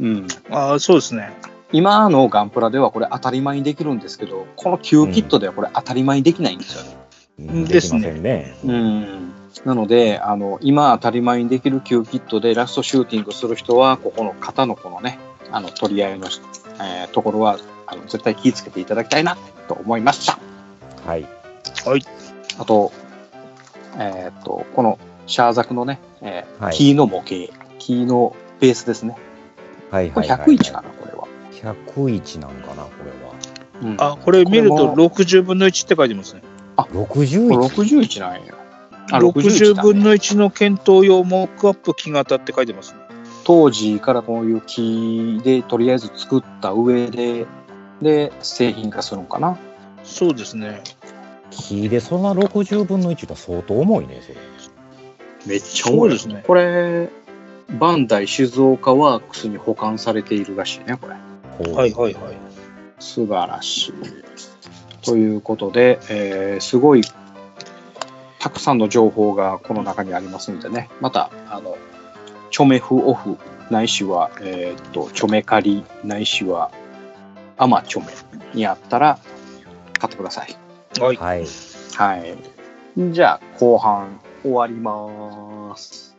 Speaker 1: うん、
Speaker 3: ああ、そうですね。
Speaker 1: 今のガンプラではこれ当たり前にできるんですけどこの Q キットではこれ当たり前にできないんですよね、
Speaker 2: うん
Speaker 3: で
Speaker 2: ですき
Speaker 3: ね
Speaker 2: ませんね。
Speaker 1: うんなのであの今当たり前にできるキューキットでラストシューティングする人はここの肩のこのねあの取り合いの、えーところはあの絶対気をつけていただきたいなと思いました
Speaker 2: はい。
Speaker 1: あと,、えー、とこのシャーザクのね、えー
Speaker 2: はい
Speaker 1: キーの模型キーのベースですね
Speaker 2: はい
Speaker 1: こ
Speaker 2: は
Speaker 1: れ
Speaker 2: いはい。
Speaker 1: 101かなこれは、
Speaker 2: 101なんかな、これは。
Speaker 1: うん、
Speaker 3: あこれ見ると
Speaker 1: これ
Speaker 3: 60分の1って書いてますね。
Speaker 1: これ
Speaker 2: 61?
Speaker 1: 61なんやあ
Speaker 3: 60
Speaker 1: 61だね
Speaker 3: 分の1の検討用モックアップ木型って書いてますね。
Speaker 1: 当時からこういう木でとりあえず作った上でで製品化するのかな
Speaker 3: そうですね。
Speaker 2: 木でそんな60分の1って相当重いね、それ。
Speaker 1: めっち
Speaker 3: そうですね。
Speaker 1: これ、バンダイ静岡ワークスに保管されているらしいね、これ。
Speaker 2: こう
Speaker 3: はいはいはい。
Speaker 1: 素晴らしい。ということで、えーすごい、たくさんの情報がこの中にありますんでね、また、あの、チョメフオフ、ないしは、えーっと、チョメカリ、ないしは、アマチョメにあったら、買ってください。
Speaker 3: はい。
Speaker 2: はい。
Speaker 1: はい。じゃあ、後半、終わります。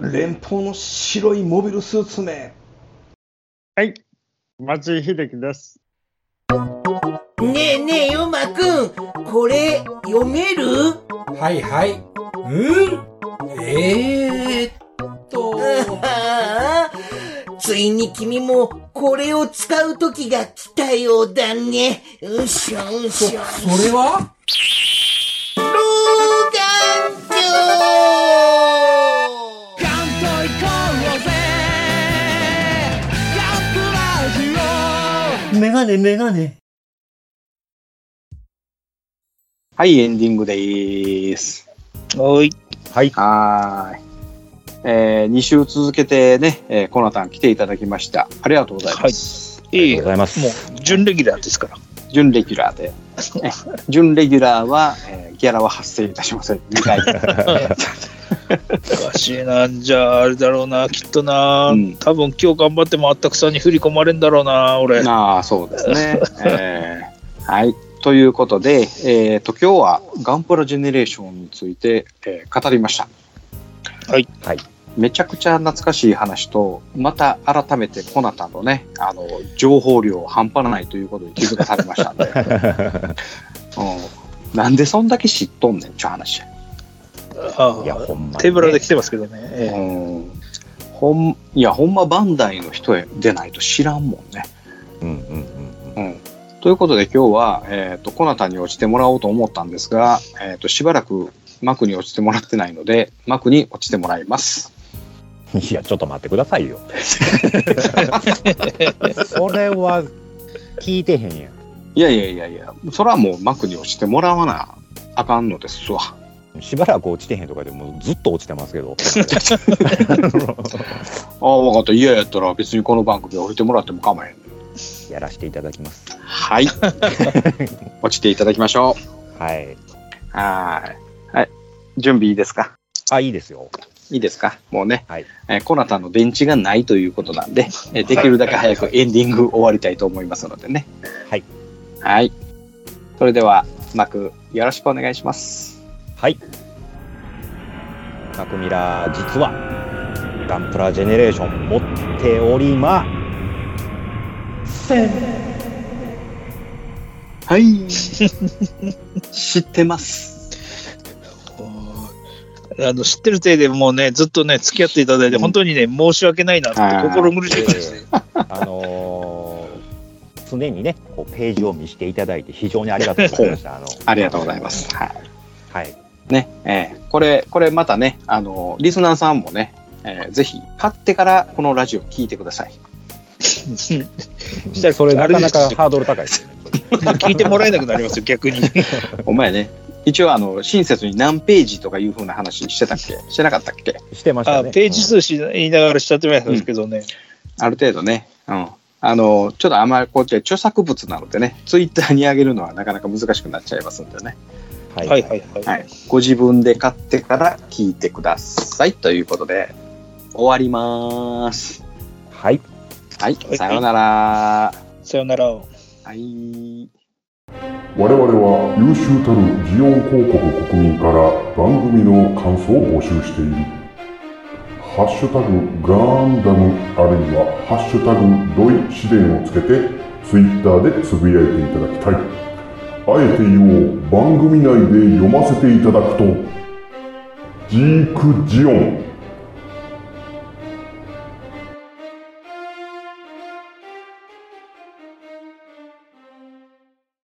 Speaker 7: 連邦の白いモビルスーツ名
Speaker 8: 松井秀樹です。
Speaker 9: ねえねえ、ヨマくん、これ、読める
Speaker 10: はいはい。うんえーっと。
Speaker 9: ああ <laughs> ついに君も、これを使う時が来たようだね。うしょう
Speaker 10: そ、
Speaker 9: し
Speaker 10: そ
Speaker 9: ょ。
Speaker 10: れは
Speaker 9: 老眼鏡
Speaker 10: メガネメガネ。
Speaker 1: はい、エンディングでーす。
Speaker 3: はい。
Speaker 2: はい。
Speaker 1: はーい。え2週続けてね、えーコナタン来ていただきました。ありがとうございます。
Speaker 2: あり
Speaker 3: いい
Speaker 2: がとうございます。
Speaker 3: もう準レギュラーですから。
Speaker 1: 準レギュラーで。え準レギュラーは、えーギャラは発生いたしません。2回
Speaker 3: おかしいな、じゃあ、あれだろうな、きっとな、
Speaker 1: うん
Speaker 3: 多分今日頑張ってもあったくさんに振り込まれんだろうな、俺。
Speaker 1: ああ、そうですね。えーはい。ということで、えっ、と、今日はガンプラジェネレーションについて、えー語りました。
Speaker 3: はい。
Speaker 2: はい
Speaker 1: めちゃくちゃ懐かしい話と、また改めてコナタのね、あの、情報量半端ないということに気づかされましたん
Speaker 2: <laughs>
Speaker 1: で、うんなんでそんだけ知っとんねんちゅう話や。
Speaker 3: あ
Speaker 2: いや、ほんまにね、
Speaker 3: 手ぶらで来てますけどね。ええ
Speaker 1: うん。ほん、いや、ほんまバンダイの人でないと知らんもんね。
Speaker 2: うんうんうんうん。
Speaker 1: うんということで今日は、えっとコナタに落ちてもらおうと思ったんですが、えっとしばらく幕に落ちてもらってないので幕に落ちてもらいます。
Speaker 2: いや、ちょっと待ってくださいよ。それは聞いてへんや
Speaker 1: いやいやいやいやそれはもう幕に落ちてもらわなあかんのですわ。
Speaker 2: ん。しばらく落ちてへんとかでもうずっと落ちてますけど。
Speaker 1: ああ分かった嫌やったら別にこの番組で降りてもらっても構えへん。
Speaker 2: やらせていただきます。
Speaker 1: はい落ちていただきましょ
Speaker 2: はい。
Speaker 1: う。はーいはい準備いいですか
Speaker 2: あ、いいですよ。
Speaker 1: いいですかもうね、
Speaker 2: はい
Speaker 1: えーコナタの電池がないということなんで、えーできるだけ早くエンディング終わりたいと思いますのでね。
Speaker 2: はい。
Speaker 1: はい。それでは、幕、よろしくお願いします。
Speaker 2: はい。タクミラ、実は、ガンプラジェネレーション持っておりません。
Speaker 1: はい。 <laughs> 知ってます。
Speaker 3: あの知ってる体でもうね、ずっとね、付き合っていただいて、
Speaker 1: うん
Speaker 3: 本当にね、申し訳ないなって
Speaker 1: あー
Speaker 3: 心苦しいですね。
Speaker 2: <laughs> あのー常にね、こうページを見せていただいて非常にありがとうございま <laughs> した。あの
Speaker 1: ありがとうございま。す。はい。
Speaker 2: はい。
Speaker 1: ね、えーこれ、これまたね、あのリスナーさんもね、えーぜひ、買ってからこのラジオ聞いてください。
Speaker 3: したら
Speaker 2: それ
Speaker 3: あ
Speaker 2: な
Speaker 3: れ
Speaker 2: か
Speaker 3: で
Speaker 2: な
Speaker 3: すよ
Speaker 2: かハードル高いですよね。
Speaker 3: 聞いてもらえなくなりますよ、
Speaker 1: <laughs>
Speaker 3: 逆に。
Speaker 1: お前ね、一応、あの、親切に何ページとかいうふうな話してたっけしてなかったっけ
Speaker 2: してました
Speaker 3: あ
Speaker 2: ね。
Speaker 3: ページ数し言いながらしちゃってましたんですけどね。
Speaker 1: ある程度ね。うん。あの、ちょっとあんまりこっちは著作物なのでね、ツイッターに上げるのはなかなか難しくなっちゃいますんでね。
Speaker 3: は
Speaker 2: は
Speaker 3: いはいはい。
Speaker 1: はい。ご自分で買ってから聞いてください。ということで、終わります。
Speaker 2: はい。
Speaker 1: はい
Speaker 3: は。い
Speaker 1: さようなら。
Speaker 3: さよなら。
Speaker 1: はい。
Speaker 4: 我々は優秀たるジオン広告国民から番組の感想を募集している「ハッシュタグガンダム」あるいは「ハッシュタグドイ試練」をつけてツイッターでつぶやいていただきたいあえて言おう番組内で読ませていただくとジークジオン